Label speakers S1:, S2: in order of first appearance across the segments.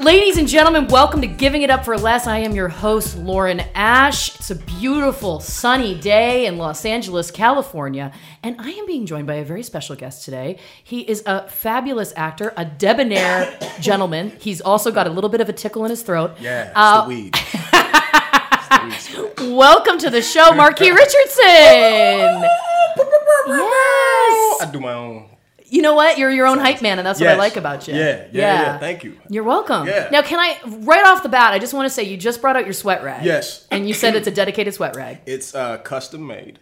S1: Ladies and gentlemen, welcome to Giving It Up for Less. I am your host, Lauren Ash. It's a beautiful, sunny day in Los Angeles, California, and I am being joined by a very special guest today. He is a fabulous actor, a debonair gentleman. He's also got a little bit of a tickle in his throat.
S2: Yeah, it's
S1: Uh,
S2: the weed. It's the weed stuff.
S1: Welcome to the show, Marquis Richardson. yes.
S2: I do my own.
S1: You know what? You're your own hype man, and that's what I
S2: Yes.
S1: like about you.
S2: Yeah, yeah, yeah. Thank you.
S1: You're welcome.
S2: Yeah.
S1: Now, can I, right off the bat, I just want to say you just brought out your sweat rag.
S2: Yes.
S1: And you said it's a dedicated sweat rag.
S2: It's uh, custom made.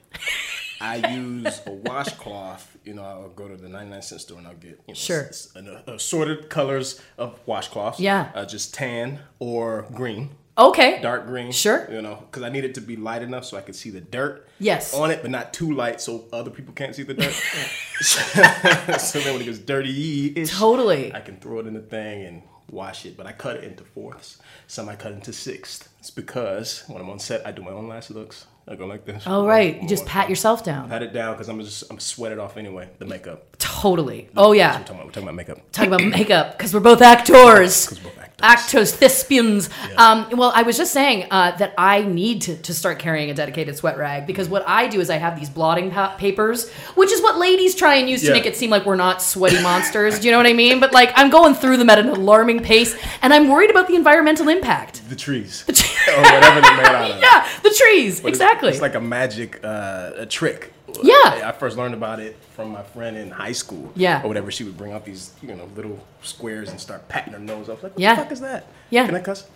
S2: I use a washcloth. You know, I'll go to the 99 cent store and I'll get you know,
S1: Sure.
S2: s- an uh, assorted colors of washcloths.
S1: Yeah.
S2: Uh, just tan or green,
S1: Okay.
S2: dark green.
S1: Sure.
S2: You know, because I need it to be light enough so I can see the dirt
S1: Yes.
S2: on it, but not too light so other people can't see the dirt. so then when it gets dirty,
S1: Totally.
S2: I can throw it in the thing and wash it, but I cut it into fourths. Some I cut into sixths. It's because when I'm on set, I do my own last looks. I go like this.
S1: All Oh, right. You just pat yourself down.
S2: Pat it down because I'm just I'm sweated off anyway. The makeup.
S1: Totally. Oh,
S2: That's
S1: yeah.
S2: what We're talking about, we're talking about makeup.
S1: Talking about makeup, because we're both actors.
S2: we're both actors.
S1: Actors, thespians. Um, well, I was just saying uh, that I need to, to start carrying a dedicated sweat rag because what I do is I have these blotting pa- papers, which is what ladies try and use to
S2: Yeah.
S1: make it seem like we're not sweaty monsters. do you know what I mean? But like, I'm going through them at an alarming pace, and I'm worried about the environmental impact.
S2: The trees. The trees. or whatever they're made out of.
S1: Yeah, the trees.
S2: But it's-
S1: exactly.
S2: It's, like a magic uh, a trick.
S1: Yeah.
S2: I first learned about it from my friend in high school.
S1: Yeah.
S2: Or whatever. She would bring out these, you know, little squares and start patting her nose. I was like, what
S1: Yeah.
S2: the fuck is that?
S1: Yeah.
S2: Can I cuss?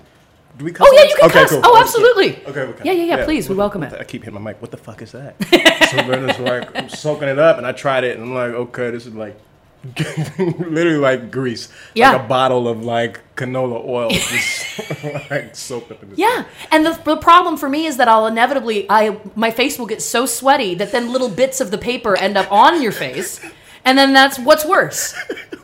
S2: Do we cuss?
S1: Oh
S2: on
S1: yeah,
S2: this?
S1: you can
S2: Okay,
S1: cuss.
S2: cool.
S1: Oh,
S2: Okay.
S1: absolutely.
S2: Okay, okay.
S1: Yeah, yeah, yeah. Please, we
S2: What the-
S1: welcome
S2: what the-
S1: it.
S2: I keep hitting my mic. What the fuck is that? so Brenda's like, I'm soaking it up, and I tried it, and I'm like, okay, this is like. literally like grease
S1: Yeah.
S2: like a bottle of like canola oil just like soaked up in this
S1: Yeah, and the, the problem for me is that I'll inevitably, I my face will get so sweaty that then little bits of the paper end up on your face, and then that's what's worse.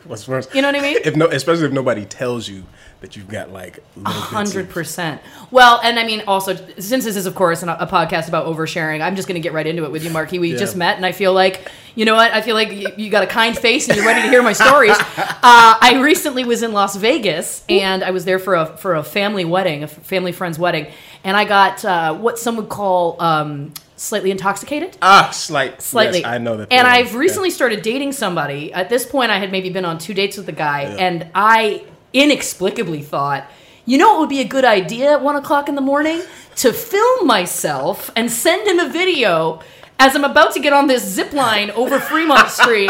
S2: What's worse?
S1: You know what I mean?
S2: If no, especially if nobody tells you that you've got like
S1: Hundred percent. Well, and I mean, also since this is, of course, an, a podcast about oversharing, I'm just going to get right into it with you, Marky. We
S2: Yeah.
S1: just met, and I feel like you know what? I feel like you, you got a kind face, and you're ready to hear my stories. uh, I recently was in Las Vegas, and I was there for a for a family wedding, a f- family friend's wedding, and I got uh, what some would call um, slightly intoxicated
S2: Ah, slight,
S1: slightly.
S2: Yes, I know that.
S1: And
S2: feeling.
S1: I've recently started dating somebody. At this point, I had maybe been on two dates with the guy,
S2: Yeah.
S1: and I inexplicably thought, you know, it would be a good idea at one o'clock in the morning to film myself and send him a video as I'm about to get on this zip line over Fremont Street.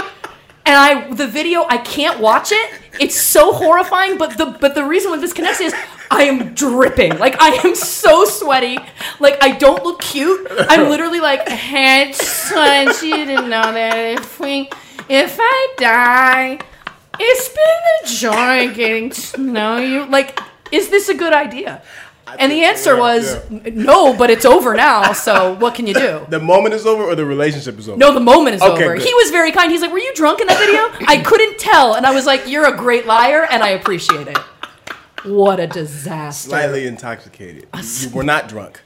S1: And I, the video, I can't watch it. It's so horrifying. But the but the reason why this connects is I am dripping. Like I am so sweaty. Like I don't look cute. I'm literally like, hey, son, she didn't know that if we, if I die, it's been a joy getting to know you. Like, is this a good idea? And the
S2: think-
S1: answer
S2: yeah,
S1: was no, but it's over now. So what can you do?
S2: the moment is over, or the relationship is over.
S1: No, the moment is
S2: Okay,
S1: over.
S2: good.
S1: He was very kind. He's like, "Were you drunk in that video?" I couldn't tell, and I was like, "You're a great liar," and I appreciate it. What a disaster!
S2: slightly intoxicated. You were not drunk.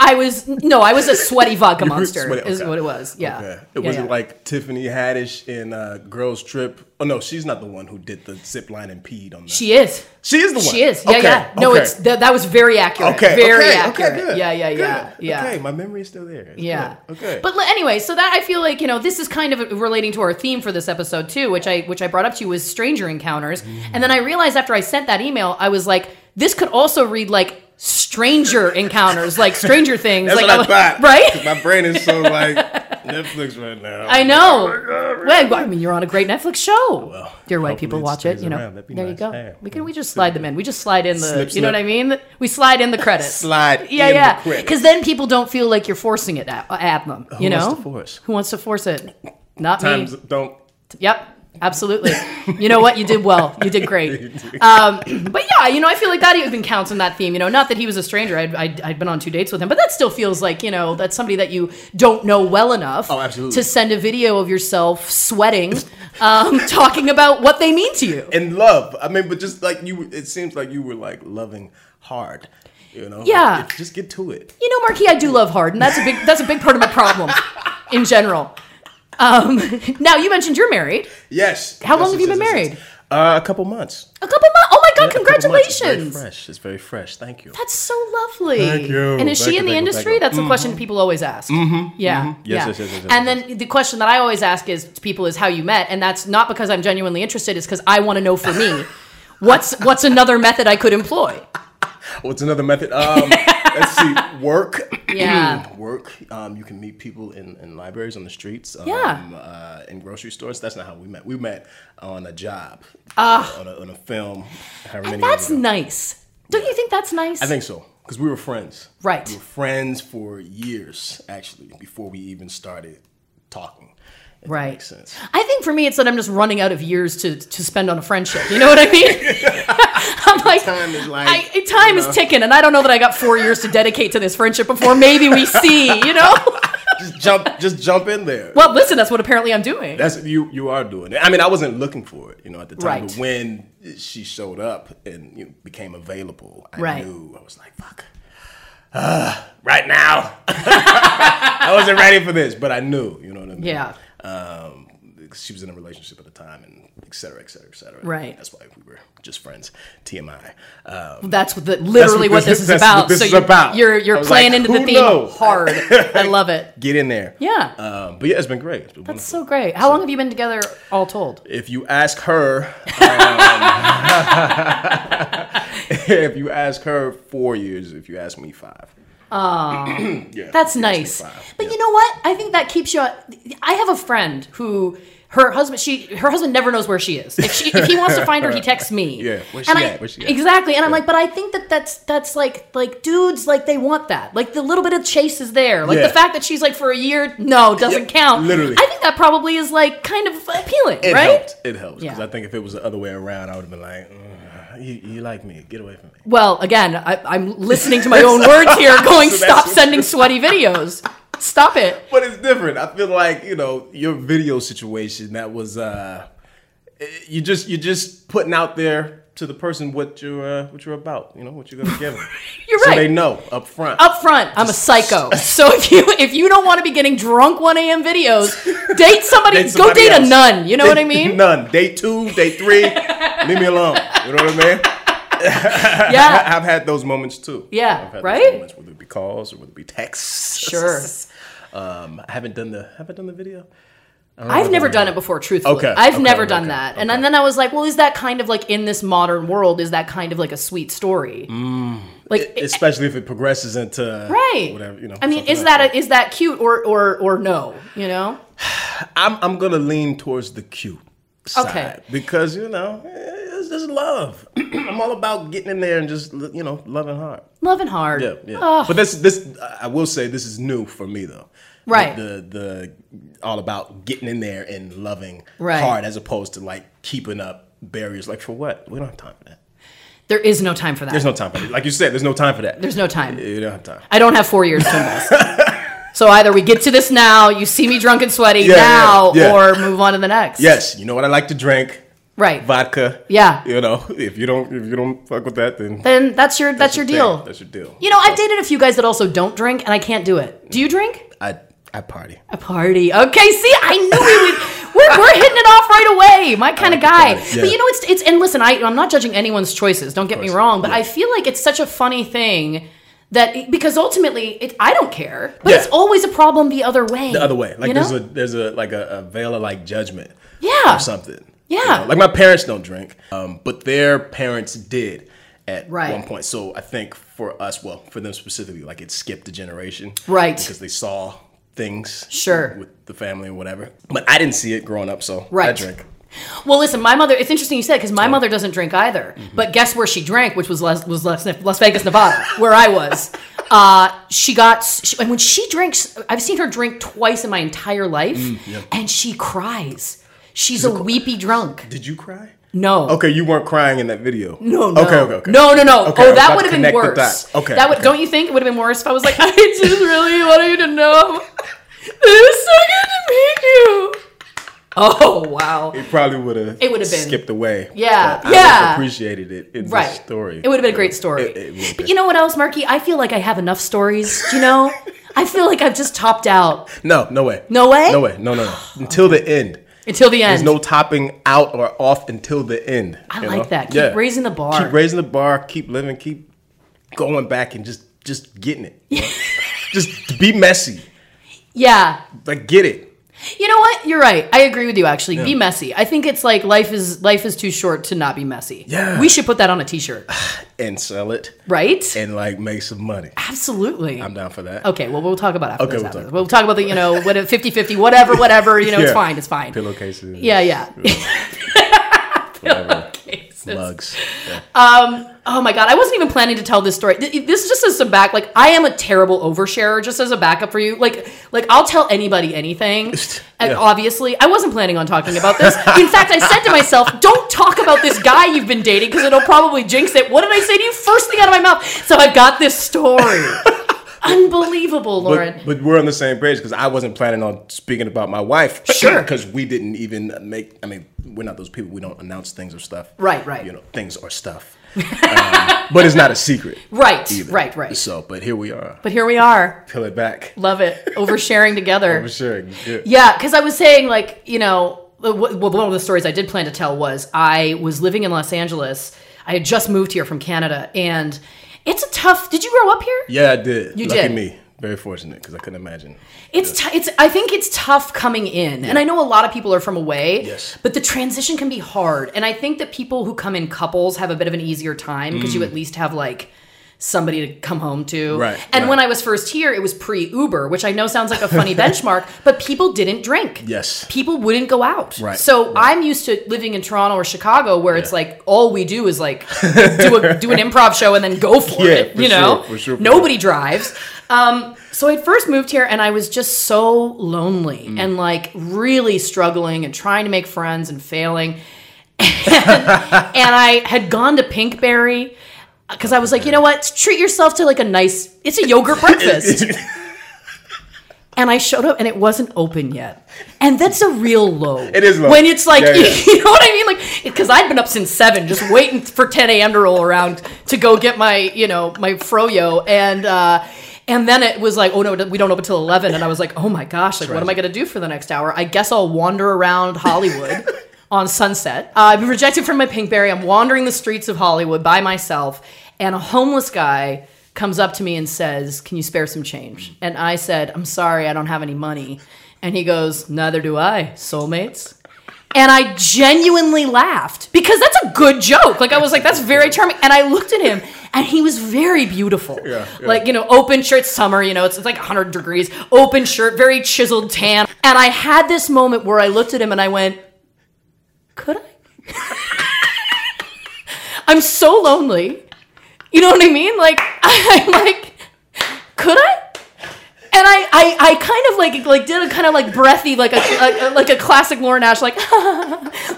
S1: I was no, I was a sweaty vodka
S2: You were
S1: monster.
S2: sweaty-
S1: Is
S2: okay.
S1: what it was. Yeah.
S2: Okay.
S1: Yeah,
S2: It wasn't
S1: yeah.
S2: like Tiffany Haddish in uh, Girls Trip. Oh no, she's not the one who did the zip line and peed on that.
S1: she is.
S2: She is the one.
S1: She is. Yeah,
S2: Okay,
S1: yeah. No,
S2: okay.
S1: it's that. That was very accurate.
S2: okay.
S1: Very
S2: okay,
S1: accurate.
S2: Okay, good,
S1: yeah, yeah,
S2: good.
S1: yeah, yeah.
S2: Okay, my memory is still there. It's
S1: Yeah.
S2: good. Okay.
S1: But li- anyway, so that I feel like you know this is kind of relating to our theme for this episode too, which I which I brought up to you was stranger encounters,
S2: Mm.
S1: and then I realized after I sent that email, I was like, this could also read like stranger encounters, like Stranger Things,
S2: that's
S1: like
S2: what I thought.
S1: right?
S2: 'Cause My brain is so like Netflix right now. Oh
S1: I know. Well, I mean, you're on a great Netflix show.
S2: Well,
S1: Your white
S2: hopefully
S1: people
S2: it
S1: watch it.
S2: stays
S1: You know,
S2: around. That'd be
S1: there you
S2: nice.
S1: go.
S2: Hey.
S1: We can we just slide them in. We just slide in the.
S2: Slip,
S1: you know what I
S2: slip.
S1: mean? We slide in the credits.
S2: Slide
S1: Yeah,
S2: in the
S1: yeah.
S2: credits.
S1: Because then people don't feel like you're forcing it at, at them. you
S2: Who
S1: know,
S2: wants to force?
S1: who wants to force it? Not
S2: Times
S1: me.
S2: don't
S1: Yep. Absolutely. you know what? You did well. You did great. Um, but yeah, you know, I feel like that even counts in that theme. You know, not that he was a stranger. I'd, I'd, I'd been on two dates with him, but that still feels like, you know, that's somebody that you don't know well enough
S2: Oh, absolutely.
S1: to send a video of yourself sweating, um, talking about what they mean to you.
S2: and love. I mean, but just like you, it seems like you were like loving hard. You know?
S1: Yeah.
S2: Like, just get to it.
S1: You know, Marquis, I do love hard, and that's a big, that's a big part of my problem in general. Um, now, you mentioned you're married.
S2: Yes.
S1: How
S2: Yes,
S1: long have
S2: yes,
S1: you been
S2: yes, yes,
S1: married?
S2: yes. Uh, a couple months.
S1: A couple months. Oh my
S2: Yeah,
S1: god!
S2: a couple months. It's very
S1: congratulations.
S2: fresh. It's very fresh. Thank you.
S1: That's so lovely.
S2: Thank you.
S1: And is
S2: Thank
S1: she
S2: you,
S1: in the
S2: thank you,
S1: industry?
S2: thank you.
S1: That's a question people always ask. Mm-hmm. Yeah.
S2: Yes,
S1: yeah.
S2: yes, yes, yes, yes,
S1: and then the question that I always ask is to people is how you met, and that's not because I'm genuinely interested. It's because I want to know for me, what's what's another method I could employ?
S2: What's another method? Um, let's see. Work.
S1: Yeah.
S2: work. Um, you can meet people in, in libraries, on the streets, um,
S1: Yeah.
S2: uh, in grocery stores. That's not how we met. We met on a job, on, a, on a film. However
S1: Ah. And
S2: many years
S1: that's
S2: ago.
S1: nice. Don't you think that's nice?
S2: I think so because we were friends.
S1: Right.
S2: We were friends for years, actually, before we even started talking. If that
S1: Right.
S2: Makes sense.
S1: I think for me, it's that I'm just running out of years to, to spend on a friendship. You know what I mean? I'm like,
S2: Time is like,
S1: I, time
S2: you
S1: is
S2: know.
S1: ticking, and I don't know that I got four years to dedicate to this friendship before maybe we see. You know?
S2: Just jump. just jump in there.
S1: Well, listen, that's what apparently I'm doing.
S2: That's you. You are doing it. I mean, I wasn't looking for it, you know, at the
S1: Right.
S2: time. But when she showed up and you know, became available, I
S1: Right.
S2: knew. I was like, "Fuck." Ah, right now, I wasn't ready for this, but I knew. You know what I mean?
S1: Yeah.
S2: Um, she was in a relationship at the time, and et cetera, et cetera, et cetera.
S1: Right.
S2: That's why we were just friends. TMI. Um,
S1: That's what the, literally what this, is
S2: that's
S1: about.
S2: what this
S1: so
S2: is
S1: you're,
S2: about.
S1: you're you're
S2: I was
S1: playing
S2: like,
S1: into the
S2: who
S1: theme
S2: knows?
S1: hard. I love it.
S2: get in there.
S1: Yeah.
S2: Um, but yeah, it's been great. It's been
S1: That's so great. How long have you been together, all told?
S2: If you ask her, um, if you ask her, four years. If you ask me, five. Oh, yeah.
S1: That's
S2: if you ask me,
S1: nice.
S2: five.
S1: But you know what? I think that keeps you. I have a friend who her husband she her husband never knows where she is. If, she, if he wants to find her, he texts me.
S2: Yeah. Where's
S1: and
S2: she
S1: I-
S2: at? Where's she at?
S1: Exactly. And I'm like, but I think that that's that's like like dudes like they want that. Like the little bit of chase is there. Like
S2: Yeah.
S1: the fact that she's like for a year, no, doesn't count.
S2: literally.
S1: I think that probably is like kind of appealing,
S2: It
S1: right?
S2: helped. It helps because
S1: Yeah.
S2: I think if it was the other way around, I would have been like, "Ugh, you, "You like me? Get away from me."
S1: Well, again, I, I'm listening to my own words here, going,
S2: So that's
S1: stop
S2: what-
S1: sending sweaty videos. Stop it.
S2: But it's different. I feel like you know your video situation. That was uh, you just you just putting out there to the person what you're uh, what you're about. You know what you're gonna give them.
S1: You're
S2: so
S1: right.
S2: they know up front.
S1: up front, I'm a psycho. So if you if you don't want to be getting drunk 1 a.m. videos, date somebody.
S2: Date
S1: go
S2: somebody
S1: date a
S2: else.
S1: nun. You know what I mean?
S2: None. Day two, day three, leave me alone. You know what I mean?
S1: Yeah,
S2: I, have had those moments too.
S1: Yeah,
S2: I've had
S1: right?
S2: Those moments, whether it be calls or whether it be texts.
S1: sure.
S2: Um, I haven't done the have I done the video?
S1: I've never done it before, truthfully.
S2: Okay,
S1: I've
S2: okay,
S1: never
S2: okay,
S1: done
S2: okay,
S1: that. And then, then I was like, well, is that kind of like in this modern world? Is that kind of like a sweet story? Like,
S2: Especially if Mm. it progresses into
S1: right?
S2: whatever you know.
S1: I mean,
S2: something
S1: is
S2: like
S1: that a, is that cute or or or no? You know?
S2: I'm I'm gonna lean towards the cute side
S1: Okay.
S2: because you know it's just love. I'm all about getting in there and just you know loving hard.
S1: Love and Ah, hard.
S2: Yeah, yeah.
S1: Ugh.
S2: But this, this, I will say, this is new for me though.
S1: Right.
S2: The the, the all about getting in there and loving
S1: Right.
S2: hard as opposed to like keeping up barriers. Like for what? We don't have time for that.
S1: there is no time for that.
S2: There's no time for that. Like you said, there's no time for that.
S1: There's no time.
S2: You don't have time.
S1: I don't have four years to invest. so either we get to this now, you see me drunk and sweaty
S2: yeah,
S1: now,
S2: yeah.
S1: or move on to the next.
S2: Yes, you know what I like to drink.
S1: Right.
S2: Vodka.
S1: Yeah.
S2: You know, if you don't if you don't fuck with that, then that's,
S1: Then that's your that's, your
S2: thing.
S1: deal.
S2: That's your deal.
S1: you know, I've dated a few guys that also don't drink, and I can't do it. Do you drink?
S2: I I party.
S1: A party. Okay, see, I knew we would. We're, we're hitting it off right away. My kind of guy.
S2: party, yeah.
S1: But you know, it's it's and listen, I I'm not judging anyone's choices. Don't get me
S2: course,
S1: wrong, but I feel like it's such a funny thing that because ultimately, it I don't care, but
S2: Yeah.
S1: it's always a problem the other way.
S2: the other way. Like
S1: you
S2: there's
S1: know?
S2: a there's a like a, a veil of like judgment.
S1: Yeah.
S2: Or something.
S1: Yeah.
S2: You know, Like my parents don't drink, um, but their parents did at
S1: Right.
S2: one point. So I think for us, well, for them specifically, like it skipped a generation.
S1: Right.
S2: Because they saw things.
S1: Sure.
S2: With the family or whatever. But I didn't see it growing up, so I
S1: Right.
S2: drink.
S1: Well, listen, my mother. It's interesting you said because my mother doesn't drink either.
S2: Mm-hmm.
S1: But guess where she drank, which was Las, was Las, Las Vegas, Nevada, where I was. Uh, she got she, and when she drinks, I've seen her drink twice in my entire life,
S2: Mm,
S1: and she cries. She's a weepy drunk.
S2: Did you cry?
S1: No.
S2: Okay, you weren't crying in that video.
S1: No, no.
S2: Okay, okay, okay.
S1: No, no, no.
S2: Okay, I
S1: oh,
S2: was about
S1: that
S2: to
S1: would have been
S2: connect the
S1: worse.
S2: dots. Okay,
S1: That would.
S2: okay.
S1: Don't you think it would have been worse if I was like, I just really wanted you to know. It was so good to meet you. Oh wow.
S2: It probably would have.
S1: It would've been-
S2: skipped away.
S1: Yeah,
S2: but I would've
S1: yeah.
S2: appreciated it in
S1: right.
S2: the story.
S1: It would have been a great story.
S2: It- it would've
S1: but
S2: been.
S1: you know what else, Marky? I feel like I have enough stories. do You know, I feel like I've just topped out.
S2: No, no way.
S1: No way?
S2: No way. No, no, no. Until the end.
S1: until the end.
S2: There's no topping out or off until the end.
S1: I
S2: you
S1: like
S2: know?
S1: that. Keep raising the bar.
S2: Keep raising the bar. Keep living. Keep going back and just just getting it. you know? just be messy.
S1: yeah.
S2: Like get it.
S1: You know what? You're right. I agree with you. Actually, be messy. I think it's like life is life is too short to not be messy.
S2: Yeah.
S1: we should put that on a T-shirt,
S2: and sell it
S1: right?
S2: and like make some money.
S1: Absolutely.
S2: I'm down for that.
S1: okay. Well, we'll talk about after
S2: Okay,
S1: this.
S2: we'll
S1: after
S2: talk
S1: this. We'll talk about the you know what 50 50 whatever whatever you know it's
S2: Yeah.
S1: fine it's fine.
S2: Pillowcases.
S1: Yeah, yeah.
S2: Whatever.
S1: Okay, so-
S2: Mugs. Yeah.
S1: Oh my god, I wasn't even planning to tell this story. Th- This just as some back, like I am a terrible oversharer. Just as a backup for you, like like I'll tell anybody anything. And
S2: Yeah.
S1: obviously, I wasn't planning on talking about this. In fact, I said to myself, "Don't talk about this guy you've been dating because it'll probably jinx it." What did I say to you first thing out of my mouth? So I got this story. Unbelievable, Lauren.
S2: But, but we're on the same page because I wasn't planning on speaking about my wife.
S1: Sure.
S2: Because we didn't even make. I mean, we're not those people. We don't announce things or stuff.
S1: Right, right.
S2: You know, things or stuff. um, but it's not a secret.
S1: right,
S2: either.
S1: right, right.
S2: So, but here we are.
S1: but here we are.
S2: Peel it back.
S1: Love it. Oversharing together.
S2: For sure. Good.
S1: Yeah, because I was saying, like, you know, the- wh- well, one of the stories I did plan to tell was I was living in Los Angeles. I had just moved here from Canada, and it's a tough. Did you grow up here?
S2: Yeah, I did.
S1: You
S2: Lucky
S1: did.
S2: me. Very fortunate because I couldn't imagine.
S1: It's t- it's. I think it's tough coming in, and I know a lot of people are from away.
S2: Yes.
S1: But the transition can be hard, and I think that people who come in couples have a bit of an easier time because you at least have like somebody to come home to.
S2: Mm. Right,
S1: And
S2: right.
S1: when I was first here, it was pre Uber, which I know sounds like a funny benchmark, but people didn't drink.
S2: Yes.
S1: People wouldn't go out.
S2: Right,
S1: So I'm used to living in Toronto or Chicago where it's
S2: Yeah.
S1: like all we do is like do a, do an improv show and then go for
S2: Yeah,
S1: it.
S2: for
S1: you
S2: sure,
S1: know,
S2: for sure, for
S1: nobody drives. Um, so I first moved here and I was just so lonely
S2: Mm.
S1: and like really struggling and trying to make friends and failing. and, I had gone to Pinkberry because I was like, you know what? Treat yourself to like a nice. It's a yogurt breakfast. and I showed up and it wasn't open yet. And that's a real low. It
S2: is low.
S1: when it's like
S2: Yeah, yeah.
S1: you know what I mean, like because I'd been up since seven, just waiting for ten a.m. to roll around to go get my you know my froyo and. uh and then it was like, oh no, we don't open till eleven. And I was like, oh my gosh, like what am I gonna do for the next hour? I guess I'll wander around Hollywood on Sunset. Uh, I've been rejected from my Pinkberry. I'm wandering the streets of Hollywood by myself, and a homeless guy comes up to me and says, "Can you spare some change?" And I said, "I'm sorry, I don't have any money." And he goes, "Neither do I, soulmates." And I genuinely laughed because that's a good joke. Like I was like, "That's very charming." And I looked at him, and he was very beautiful.
S2: Yeah, yeah.
S1: Like you know, open shirt summer. You know, it's, it's like 100 degrees, open shirt, very chiseled tan. And I had this moment where I looked at him and I went, "Could I?" I'm so lonely. You know what I mean? Like I'm like, could I? And I, I, I kind of like like did a kind of like breathy like a, a- like a classic Lauren Ash like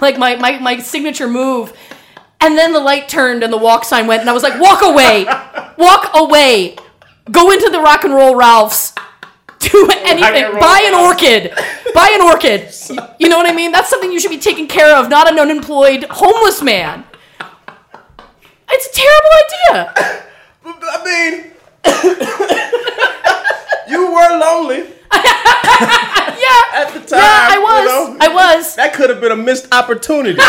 S1: like my, my my signature move. And then the light turned and the walk sign went and I was like, walk away, walk away, go into the rock and roll Ralphs, do anything,
S2: Roll
S1: buy an
S2: Ralphs.
S1: orchid, buy an orchid. You know what I mean? That's something you should be taking care of, not an unemployed homeless man. It's a terrible idea.
S2: I mean, you were lonely
S1: Yeah.
S2: at the time.
S1: Yeah, I was.
S2: you know?
S1: I was.
S2: that could have been a missed opportunity.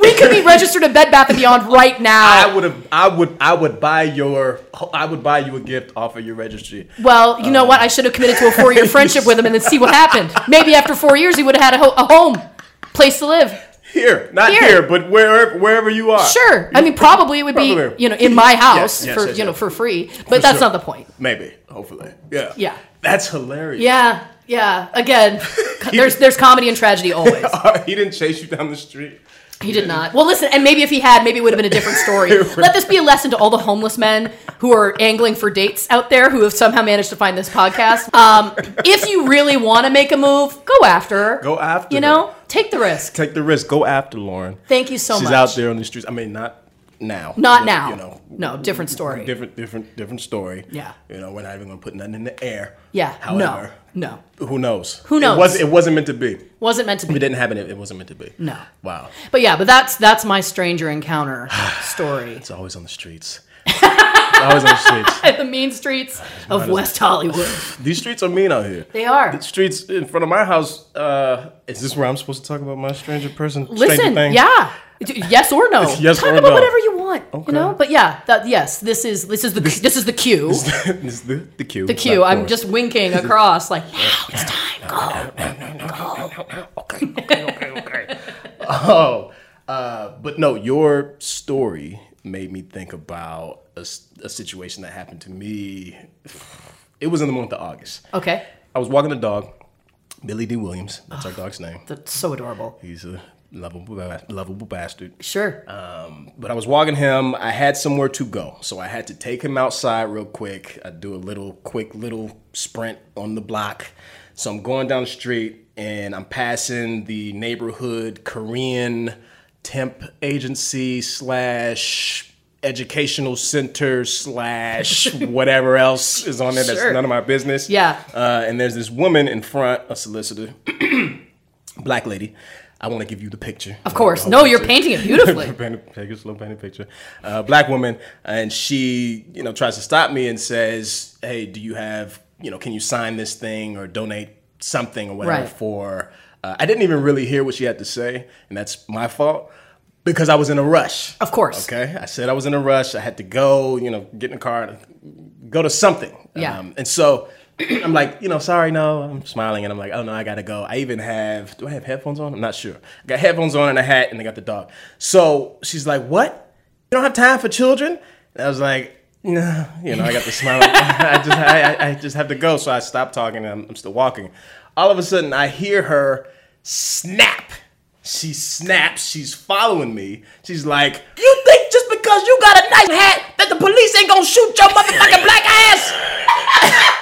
S1: We could be registered at Bed Bath and Beyond right
S2: I
S1: now.
S2: would have. I would. I would buy your. I would buy you a gift off of your registry.
S1: Well, you know what? I should have committed to a four-year friendship with him and then see what happened. Maybe after four years, he would have had a, ho- a home, place to live.
S2: Here, not
S1: Here.
S2: here, but wherever wherever you are.
S1: Sure. I mean, probably it would be
S2: Uh, Probably.
S1: you know in my house
S2: yes,
S1: for
S2: yes,
S1: you know
S2: yes.
S1: for free, but that's
S2: sure.
S1: not the point.
S2: Maybe. Hopefully. Yeah.
S1: Yeah.
S2: That's hilarious.
S1: Yeah. Yeah. Again, co- there's there's comedy and tragedy always.
S2: he didn't chase you down the street.
S1: He did not. Well, listen, and maybe if he had, maybe it would have been a different story. Let this be a lesson to all the homeless men who are angling for dates out there who have somehow managed to find this podcast. Um, if you really want to make a move, go after her.
S2: Go after
S1: You
S2: her.
S1: know, take the risk.
S2: Take the risk. Go after Lauren.
S1: Thank you so
S2: She's
S1: much.
S2: out there on the streets. I mean, not now.
S1: Not
S2: but,
S1: now.
S2: You know.
S1: no, different story.
S2: Different, different, different story.
S1: Yeah.
S2: You know, we're not even gonna put nothing in the air.
S1: yeah.
S2: However,
S1: no. No.
S2: who knows?
S1: Who knows?
S2: It, was, it wasn't meant to be. If
S1: Wasn't meant to
S2: it
S1: be.
S2: didn't happen. It, it wasn't meant to be.
S1: No.
S2: Wow.
S1: But yeah, but that's that's my stranger encounter story.
S2: It's always on the streets. always on the streets.
S1: at the mean streets of West Hollywood.
S2: These streets are mean out here.
S1: They are.
S2: The streets in front of my house. Uh, is this where I'm supposed to talk about my stranger person? stranger
S1: Listen,
S2: thing?
S1: yeah. D- Yes or no?
S2: Yes
S1: Talk
S2: or
S1: about
S2: no.
S1: whatever you want.
S2: Okay.
S1: You know, but yeah, that, yes. This is this is the this is the cue.
S2: this is the, the cue.
S1: the cue. I'm just winking across, like now it's time. Go.
S2: Oh, uh, but no, your story made me think about a, s- a situation that happened to me. It was in the month of August.
S1: Okay,
S2: I was walking the dog, Billy D. Williams. That's our dog's name.
S1: that's so adorable.
S2: He's a lovable, ba- lovable bastard.
S1: Sure.
S2: Um, but I was walking him. I had somewhere to go, so I had to take him outside real quick. I do a little quick little sprint on the block. So I'm going down the street and I'm passing the neighborhood Korean temp agency slash educational center slash whatever else is on there
S1: Sure.
S2: that's none of my business.
S1: Yeah.
S2: Uh, and there's this woman in front, a solicitor, black lady. I want to give you the picture.
S1: of course. No, you're painting it beautifully.
S2: Painted- Take a slow painted picture. Uh, black woman, and she, you know, tries to stop me and says, "Hey, do you have, you know, can you sign this thing or donate something or whatever
S1: Right.
S2: for?" Uh, I didn't even really hear what she had to say, and that's my fault because I was in a rush.
S1: Of course.
S2: Okay, I said I was in a rush. I had to go, you know, get in the car, go to something. Um,
S1: Yeah.
S2: and so I'm like, you know, sorry, no. I'm smiling and I'm like, oh no, I gotta go. I even have, do I have headphones on? I'm not sure. I got headphones on and a hat and I got the dog. So she's like, what? You don't have time for children? And I was like, no, you know, I got the smile. I just, I, I- I just have to go. So I stopped talking and I'm, I'm still walking. All of a sudden, I hear her snap. She snaps. She's following me. She's like, you think just because you got a nice hat that the police ain't gonna shoot your motherfucking black ass?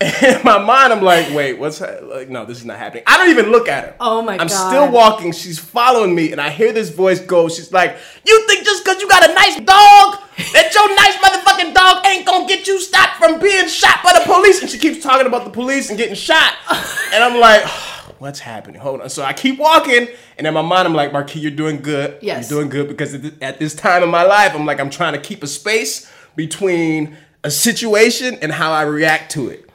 S2: in my mind, I'm like, wait, what's ha- like? No, this is not happening. I don't even look at her.
S1: Oh my
S2: I'm
S1: God.
S2: still walking. She's following me, and I hear this voice go. She's like, "You think just because you got a nice dog, that your nice motherfucking dog ain't gonna get you stopped from being shot by the police?" And she keeps talking about the police and getting shot, and I'm like. What's happening? Hold on. So I keep walking, and in my mind, I'm like, Marquis, you're doing good.
S1: Yes.
S2: You're doing good because at thi- at this time in my life, I'm like, I'm trying to keep a space between a situation and how I react to it.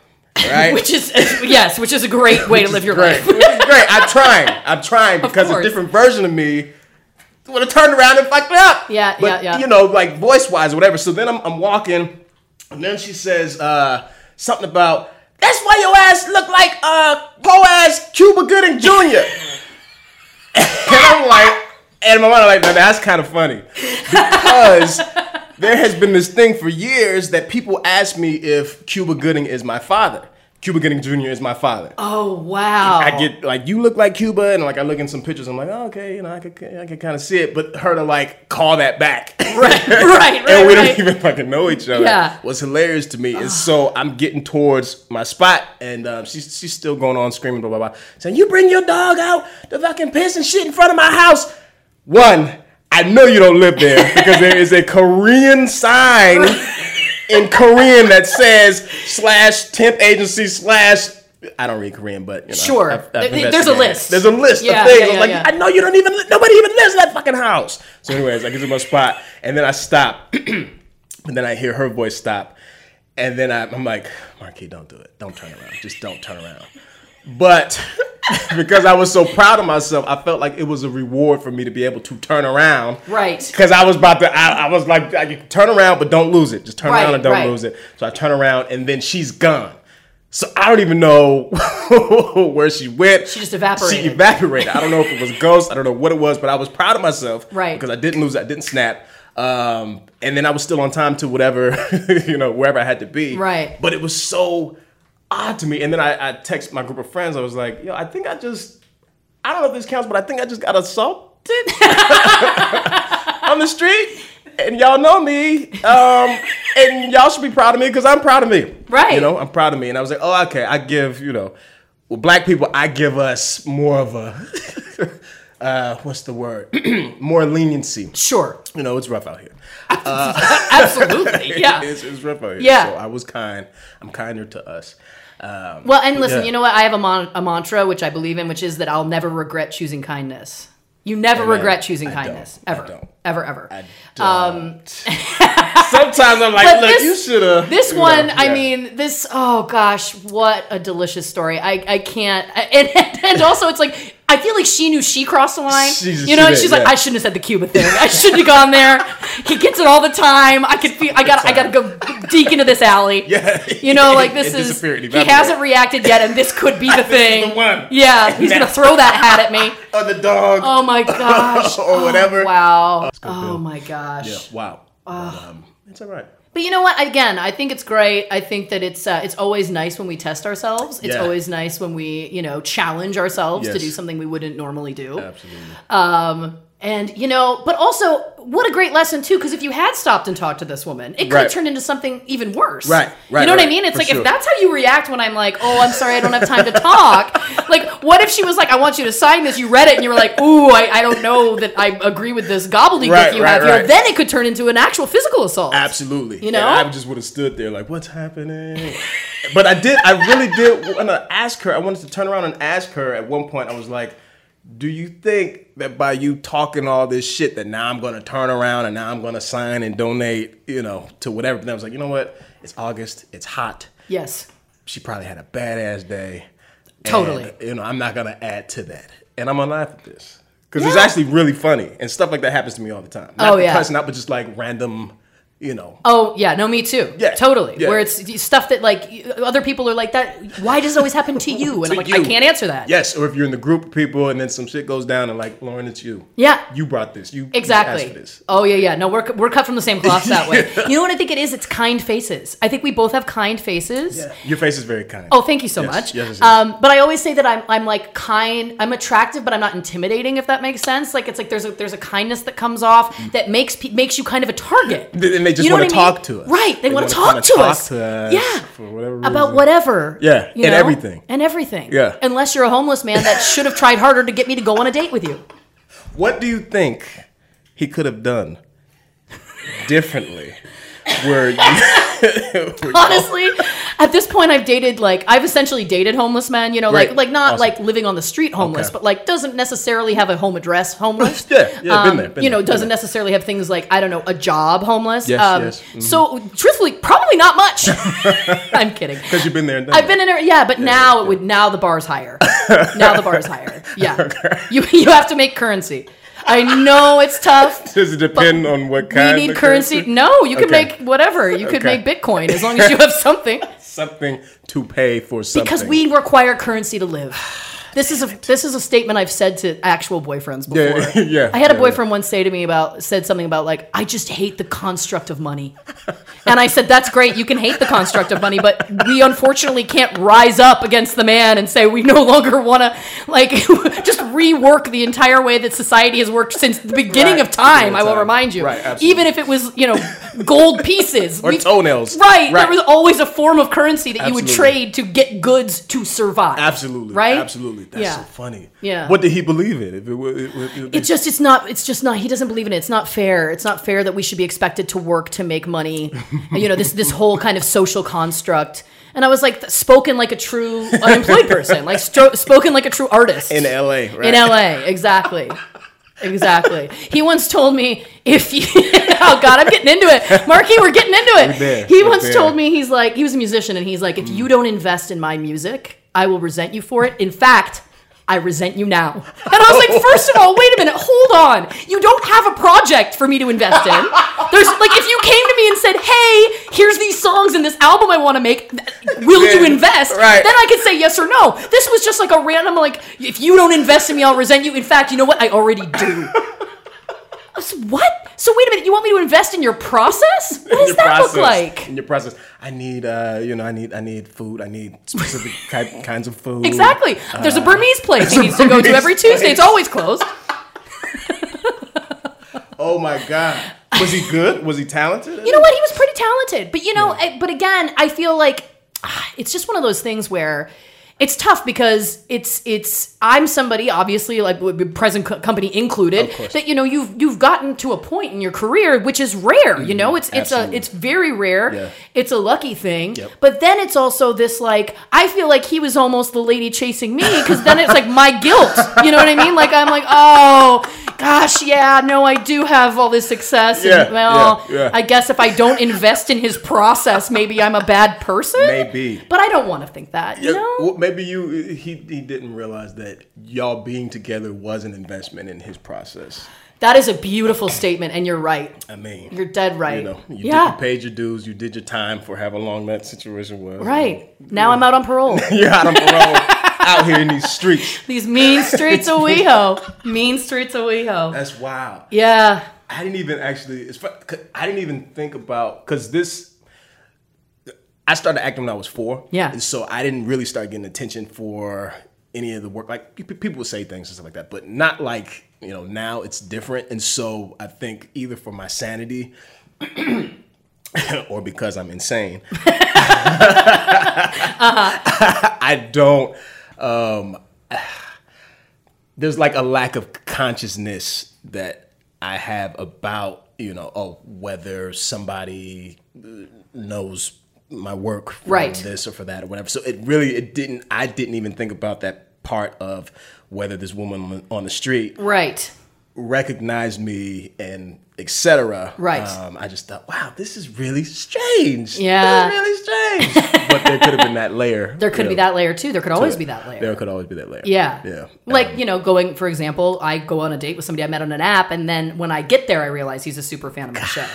S2: Right?
S1: Which is yes, which is a great way to live your
S2: great.
S1: life.
S2: Which is great. I'm trying. I'm trying because a
S1: course.
S2: different version of me would have turned around and fucked it up.
S1: Yeah,
S2: But,
S1: yeah, yeah.
S2: You know, like voice wise or whatever. So then I'm, I'm walking, and then she says uh, something about that's why your ass look like uh, poor ass Cuba Gooding Jr. and I'm like, and my mom like, now that's kind of funny because. There has been this thing for years that people ask me if Cuba Gooding is my father. Cuba Gooding Jr. is my father.
S1: Oh wow.
S2: I get like you look like Cuba, and like I look in some pictures. I'm like, oh, okay, you know, I could I could kind of see it, but her to like call that back, right,
S1: right,
S2: and we
S1: right.
S2: don't even fucking know each other.
S1: Yeah. Ah.
S2: was hilarious to me, and so I'm getting towards my spot, and um, she's she's still going on screaming, blah blah blah, saying, "You bring your dog out to fucking piss and shit in front of my house." One, I know you don't live there because there is a Korean sign in Korean that says slash temp agency slash. I don't read Korean, but you know,
S1: Sure. Th- th- there's a
S2: investigated.
S1: list.
S2: There's a list
S1: Yeah,
S2: of things.
S1: yeah,
S2: I was
S1: yeah,
S2: like,
S1: yeah.
S2: I know you don't even. li- Nobody even lives in that fucking house. So, anyways, I get to my spot, and then I stop, and then I hear her voice stop, and then I, I'm like, Marquis, don't do it. Don't turn around. Just don't turn around. But because I was so proud of myself, I felt like it was a reward for me to be able to turn around.
S1: Right.
S2: Because I was about to, I, I was like, I can turn around, but don't lose it. Just turn
S1: Right,
S2: around and don't
S1: right.
S2: lose it. So I turn around, and then she's gone. So I don't even know where she went.
S1: She just evaporated.
S2: She evaporated. I don't know if it was ghost. I don't know what it was, but I was proud of myself.
S1: Right.
S2: Because I didn't lose. I didn't snap. Um, and then I was still on time to whatever, you know, wherever I had to be.
S1: Right.
S2: But it was so odd to me. And then I, I text my group of friends. I was like, yo, I think I just, I don't know if this counts, but I think I just got assaulted on the street. And y'all know me. Um, and y'all should be proud of me because I'm proud of me.
S1: Right.
S2: You know, I'm proud of me. And I was like, oh, okay, I give, you know, well, black people, I give us more of a, uh, what's the word? more leniency.
S1: sure.
S2: You know, it's rough out here.
S1: Absolutely. Yeah.
S2: It's, it's rough out here.
S1: Yeah.
S2: So I was kind. I'm kinder to us. Um,
S1: Well, and listen,
S2: yeah.
S1: you know what? I have a, mon- a mantra which I believe in, which is that I'll never regret choosing kindness. You never
S2: And I-
S1: regret choosing
S2: I
S1: kindness.
S2: don't. I
S1: Ever.
S2: don't.
S1: Ever, ever.
S2: Um, Sometimes I'm like,
S1: but
S2: look,
S1: this-
S2: you should have.
S1: This one, I mean, this. Oh gosh, what a delicious story. I, I can't. And, and and also, it's like I feel like she knew she crossed the line.
S2: She's-
S1: you know,
S2: she
S1: and
S2: did,
S1: she's like,
S2: yeah.
S1: I shouldn't have said the Cuba thing. I shouldn't have gone there. He gets it all the time. I could feel. I got. to I got to go deek into this alley.
S2: Yeah.
S1: You know, like this
S2: It
S1: is.
S2: disappeared.
S1: He
S2: Evaporate.
S1: hasn't reacted yet, and this could be the thing.
S2: the one.
S1: Yeah, he's gonna throw that hat at me.
S2: Or the dog.
S1: Oh my gosh. Oh,
S2: Or whatever.
S1: Wow.
S2: good,
S1: Oh
S2: Bill.
S1: my gosh.
S2: Yeah, wow. But, um, it's all right.
S1: But you know what? Again, I think it's great. I think that it's uh, it's always nice when we test ourselves. It's
S2: Yeah.
S1: always nice when we you know challenge ourselves to
S2: Yes.
S1: do something we wouldn't normally do.
S2: Absolutely.
S1: Um, and you know, but also what a great lesson too. Because if you had stopped and talked to this woman, it could have
S2: Right.
S1: turned into something even worse.
S2: Right, right,
S1: You know what I
S2: right,
S1: mean? It's
S2: for
S1: like if
S2: sure.
S1: that's how you react when I'm like, oh, I'm sorry, I don't have time to talk. like, what if she was like, I want you to sign this? You read it and you were like, ooh, I, I don't know that I agree with this gobbledygook
S2: Right,
S1: you
S2: right,
S1: have here.
S2: right.
S1: Then it could turn into an actual physical assault.
S2: Absolutely.
S1: You know?
S2: And I just would have stood there like, what's happening? but I did, I really did want to ask her. I wanted to turn around and ask her at one point. I was like, do you think that by you talking all this shit that now I'm going to turn around and now I'm going to sign and donate, you know, to whatever? And I was like, you know what? It's August. It's hot.
S1: Yes.
S2: She probably had a badass day. And,
S1: Totally.
S2: you know, I'm not going to add to that. And I'm going to laugh at this. Because it's
S1: Yeah.
S2: actually really funny. And stuff like that happens to me all the time. Not
S1: Oh, yeah.
S2: cussing out, but just like random, you know,
S1: Oh yeah, no, me too.
S2: Yeah,
S1: totally.
S2: yeah.
S1: Where it's stuff that like y- other people are like that. Why does it always happen to you? And
S2: To
S1: I'm like,
S2: you.
S1: I can't answer that.
S2: Yes, or if you're in the group of people and then some shit goes down and like, Lauren, it's you.
S1: Yeah.
S2: You brought this. You you
S1: Exactly.
S2: asked for this.
S1: Oh yeah, yeah. No, we're we're cut from the same cloth that way. You know what I think it is? It's kind faces. I think we both have kind faces.
S2: Your face is very kind.
S1: Oh, thank you so
S2: Yes,
S1: much.
S2: yes, yes, yes.
S1: Um, but I always say that I'm I'm like kind, I'm attractive, but I'm not intimidating. If that makes sense, like it's like there's a there's a kindness that comes off that makes pe- makes you kind of a target.
S2: Th- and they just
S1: know
S2: wanna
S1: what I mean?
S2: talk to us.
S1: right? They,
S2: They
S1: want to
S2: wanna
S1: talk
S2: kinda
S1: to
S2: talk
S1: us.
S2: to us
S1: yeah,
S2: for whatever
S1: about
S2: reason.
S1: whatever.
S2: Yeah,
S1: you know?
S2: and everything.
S1: and everything.
S2: Yeah.
S1: unless you're a homeless man that should have tried harder to get me to go on a date with you.
S2: What do you think he could have done differently? Where you
S1: honestly at this point i've dated like i've essentially dated homeless men you know like
S2: Right.
S1: like not
S2: Awesome.
S1: like living on the street homeless
S2: Okay.
S1: but like doesn't necessarily have a home address homeless Um,
S2: Yeah, yeah, been there, been
S1: you know
S2: there, been
S1: doesn't
S2: there.
S1: necessarily have things like i don't know a job homeless Um,
S2: Yes, yes, mhm.
S1: so truthfully probably not much i'm kidding
S2: because you've been there and done
S1: I've been in a yeah, but now it would now the bar's higher. now the bar's higher. Yeah, you you have to make currency. I know it's tough.
S2: Does it depend on what
S1: You
S2: kind?
S1: need
S2: of
S1: currency. No, you can
S2: Okay.
S1: make whatever. You could
S2: Okay.
S1: make Bitcoin as long as you have something.
S2: Something to pay for something.
S1: because we require currency to live. This is a this is a statement I've said to actual boyfriends before.
S2: Yeah, yeah,
S1: I had a
S2: yeah,
S1: boyfriend once say to me about said something about like I just hate the construct of money, and I said that's great. You can hate the construct of money, but we unfortunately can't rise up against the man and say we no longer want to like just rework the entire way that society has worked since the beginning
S2: Right,
S1: of time.
S2: beginning
S1: I
S2: of
S1: will
S2: time.
S1: remind you,
S2: Right, absolutely.
S1: even if it was you know gold pieces
S2: Or toenails.
S1: Right,
S2: Right.
S1: there was always a form of currency that you would
S2: Absolutely.
S1: trade to get goods to survive.
S2: absolutely
S1: Right?
S2: absolutely. That's
S1: yeah.
S2: so funny.
S1: Yeah.
S2: What did he believe in? If it was, it, was- it,
S1: It's just it's not it's just not he doesn't believe in it. It's not fair. It's not fair that we should be expected to work to make money. you know, this this whole kind of social construct. And I was like th- spoken like a true unemployed person, like stro- spoken like a true artist
S2: in L.A.
S1: In
S2: Right?
S1: LA, exactly. Exactly. He once told me if you Oh god, I'm getting into it. Marky, we're getting into it.
S2: there.
S1: He
S2: We're
S1: once
S2: there.
S1: told me he's like he was a musician and he's like if you don't invest in my music, I will resent you for it. In fact, I resent you now. And I was like, first of all, wait a minute, hold on. You don't have a project for me to invest in. There's like if you came to me and said, "Hey, here's these songs and this album I want to make, will you
S2: Then-
S1: invest?"
S2: right.
S1: Then I I could say yes or no. This was just like a random like if you don't invest in me, I'll resent you. In fact, you know what? I already do. I was, what? So wait a minute, you want me to invest in your process? What
S2: in
S1: does
S2: your
S1: that
S2: process,
S1: look like?
S2: In your process, I need, uh, you know, I need, I need food. I need specific ki- kinds of food.
S1: Exactly. There's a Burmese place he
S2: Uh, a
S1: needs to go to
S2: Burmese
S1: every Tuesday. It's
S2: place.
S1: always closed.
S2: Oh my god, was he good? Was he talented?
S1: You know what? He was pretty talented, but you know, I- but again, I feel like ah, it's just one of those things where it's tough because it's it's I'm somebody obviously like w- w- present co- company included
S2: Of course.
S1: that you know you've you've gotten to a point in your career which is rare you know it's it's
S2: Mm-hmm. absolutely.
S1: a it's very rare
S2: Yeah.
S1: it's a lucky thing
S2: Yep.
S1: but then it's also this like I feel like he was almost the lady chasing me because then it's like my guilt you know what I mean like I'm like oh gosh yeah no I do have all this success
S2: Yeah,
S1: and, well
S2: yeah, yeah.
S1: I guess if I don't invest in his process maybe I'm a bad person
S2: Maybe.
S1: but I don't want to think that you
S2: Yeah,
S1: know.
S2: well, maybe you he he didn't realize that y'all being together was an investment in his process.
S1: That is a beautiful statement, and you're right.
S2: I mean,
S1: You're dead right.
S2: you know, you, did,
S1: yeah,
S2: you paid your dues, you did your time for however long that situation was.
S1: right.
S2: Mm-hmm.
S1: Now I'm out on parole.
S2: You're out on parole, out here in these streets.
S1: These mean streets of WeHo. Mean streets of WeHo.
S2: That's wild.
S1: Yeah.
S2: I didn't even actually. It's fu- 'cause I didn't even think about because this. I started acting when I was four.
S1: Yeah.
S2: And so I didn't really start getting attention for any of the work. Like pe- pe- people would say things and stuff like that, but not like you know now it's different. And so I think either for my sanity. or because I'm insane, I don't. Um, there's like a lack of consciousness that I have about you know oh whether somebody uh, knows my work for
S1: Right.
S2: this or for that or whatever. So it really it didn't I didn't even think about that part of whether this woman on the street
S1: Right.
S2: recognized me and etc.
S1: Right.
S2: Um, I just thought, wow, this is really strange.
S1: Yeah.
S2: This is really strange. but there could have been that layer.
S1: There could
S2: you
S1: be
S2: know,
S1: that layer too. There could always
S2: to it.
S1: be that layer.
S2: There could always be that layer.
S1: Yeah.
S2: Yeah. Um,
S1: Like, you know, going, for example, I go on a date with somebody I met on an app, and then when I get there, I realize he's a super fan of my show.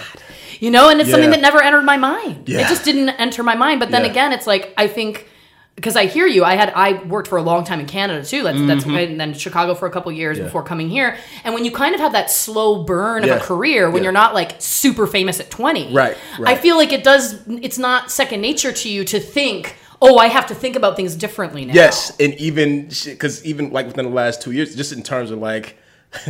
S1: You know, and it's something
S2: Yeah.
S1: that never entered my mind. It
S2: Yeah.
S1: just didn't enter my mind. But then
S2: Yeah.
S1: again, it's like, I think. Because I hear you, I had I worked for a long time in Canada too. That's that's
S2: Mm-hmm.
S1: and then Chicago for a couple years before coming here. And when you kind of have that slow burn
S2: Yeah.
S1: of a career, when
S2: Yeah.
S1: you're not like super famous at 20,
S2: Right,
S1: I
S2: right.
S1: feel like it does. It's not second nature to you to think, oh, I have to think about things differently now.
S2: Yes, and even because even like within the last two years, just in terms of like,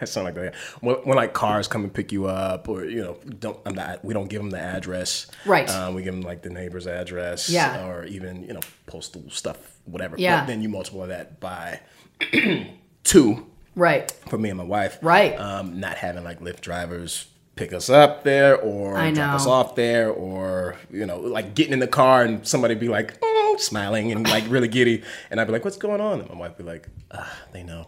S2: I sound like that. When, when like cars come and pick you up, or you know, don't I'm not, we don't give them the address,
S1: Right.
S2: Um, we give them like the neighbor's address,
S1: Yeah.
S2: or even you know postal stuff, whatever.
S1: Yeah.
S2: But then you multiply that by two
S1: right.
S2: for me and my wife,
S1: Right.
S2: Um, not having like Lyft drivers pick us up there or
S1: I
S2: drop us
S1: know.
S2: off there, or you know, like getting in the car and somebody be like "Mm," smiling and like really giddy, and I'd be like, "What's going on?" And my wife be like, "Ah, they know."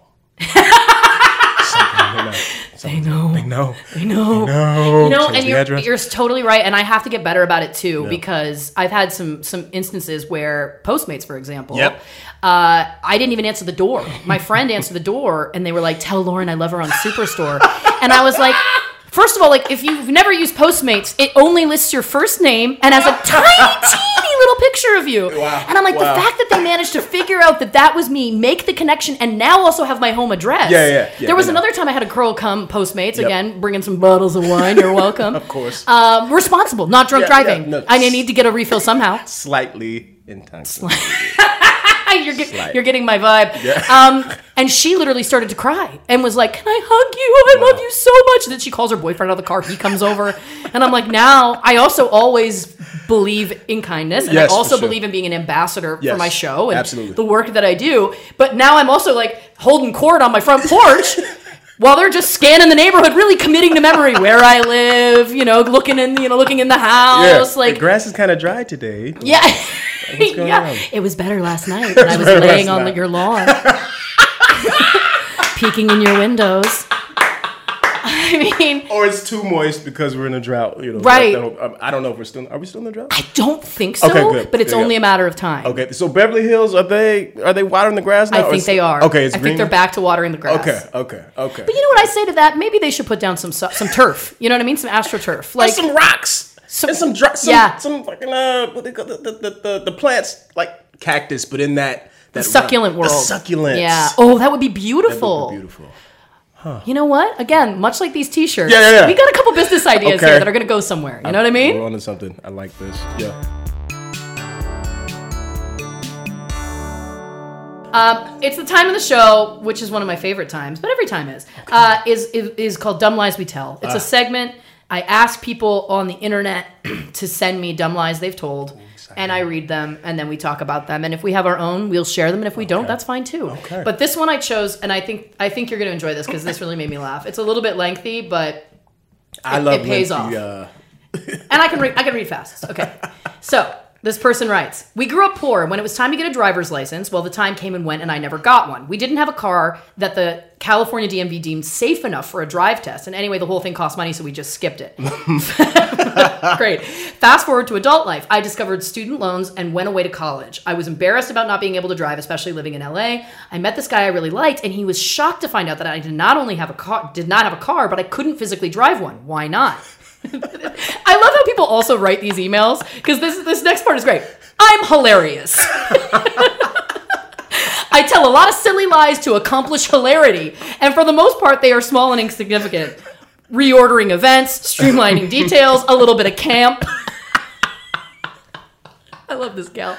S2: Something,
S1: I know.
S2: they know. They know.
S1: No.
S2: No.
S1: You know,
S2: Change
S1: and
S2: the
S1: you're,
S2: address.
S1: you're totally right. And I have to get better about it too because I've had some some instances where Postmates, for example,
S2: Yep.
S1: uh, I didn't even answer the door. My friend answered the door, and they were like, "Tell Lauren I love her on Superstore," and I was like. First of all, like if you've never used Postmates, it only lists your first name and has a tiny, teeny little picture of you.
S2: Wow.
S1: And I'm like,
S2: Wow.
S1: the fact that they managed to figure out that that was me, make the connection, and now also have my home address.
S2: Yeah, yeah, yeah,
S1: there was
S2: I know.
S1: another time I had a girl come Postmates again, bringing some bottles of wine. You're welcome.
S2: Of course.
S1: Um, responsible, not drunk
S2: Yeah, yeah,
S1: driving.
S2: no.
S1: I need to get a refill somehow.
S2: Slightly intoxicated.
S1: you're, get-
S2: Slight.
S1: you're getting my vibe. Um, and she literally started to cry and was like, "Can I hug you? I love you so much." Then she calls her boyfriend out of the car. He comes over, and I'm like, now I also always believe in kindness, and
S2: Yes,
S1: I
S2: for
S1: also
S2: sure.
S1: believe in being an ambassador for
S2: Yes,
S1: my show and
S2: absolutely.
S1: the work that I do. But now I'm also like holding court on my front porch. While they're just scanning the neighborhood, really committing to memory where I live, you know, looking in, the, you know, looking in the house, like
S2: the grass is kind of dry today.
S1: yeah.
S2: going
S1: yeah.
S2: on?
S1: It was better last night when I was
S2: better
S1: laying
S2: last
S1: on
S2: night.
S1: your lawn, peeking in your windows. I mean,
S2: Or it's too moist because we're in a drought. You know,
S1: Right.
S2: That'll- um, I don't know if we're still. Are we still in the drought?
S1: I don't think so,
S2: Okay, good.
S1: but it's
S2: There you
S1: only
S2: go.
S1: a matter of time.
S2: Okay, so Beverly Hills are they are they watering the grass now?
S1: I
S2: or
S1: think
S2: is-
S1: they are.
S2: Okay, it's
S1: I
S2: green.
S1: think they're back to watering the grass.
S2: Okay, okay, okay.
S1: But you know what I say to that? Maybe they should put down some su- some turf. You know what I mean? Some astroturf. Like
S2: some rocks
S1: Some-
S2: and some dr- some,
S1: yeah.
S2: some fucking uh what they call the the, the, the the plants like cactus, but in that that
S1: succulent
S2: round-
S1: world.
S2: the succulents.
S1: Yeah. Oh, that would be
S2: That
S1: beautiful.
S2: would be beautiful.
S1: You know what? Again, much like these t-shirts,
S2: Yeah, yeah, yeah.
S1: we got a couple business ideas
S2: Okay.
S1: here that are going to go somewhere. You know what I mean?
S2: We're on to something. I like this. Yeah.
S1: Um, it's the time of the show,
S2: Ah.
S1: which is one of my favorite times, but every time is uh, is, is is called "Dumb Lies We Tell." It's a segment I ask people on the internet to send me dumb lies they've told, and I read them, and then we talk about them. And if we have our own, we'll share them, and if we don't, that's fine too.
S2: Okay.
S1: But this one I chose, and I think I think you're going to enjoy this because this really made me laugh. It's a little bit lengthy, but
S2: I
S1: it
S2: love
S1: pays
S2: lengthy,
S1: off.
S2: Uh,
S1: and I can read. I can read fast. Okay. So this person writes: We grew up poor. When it was time to get a driver's license, well, the time came and went, and I never got one. We didn't have a car that the California DMV deemed safe enough for a drive test. And anyway, the whole thing cost money, so we just skipped it. Great. Fast forward to adult life. I discovered student loans and went away to college. I was embarrassed about not being able to drive, especially living in LA. I met this guy I really liked, and he was shocked to find out that I did not only have a car, did not have a car, but I couldn't physically drive one. Why not? I love how people also write these emails because this this next part is great. I'm hilarious. I tell a lot of silly lies to accomplish hilarity, and for the most part, they are small and insignificant. Reordering events, streamlining details, a little bit of camp. I love this gal.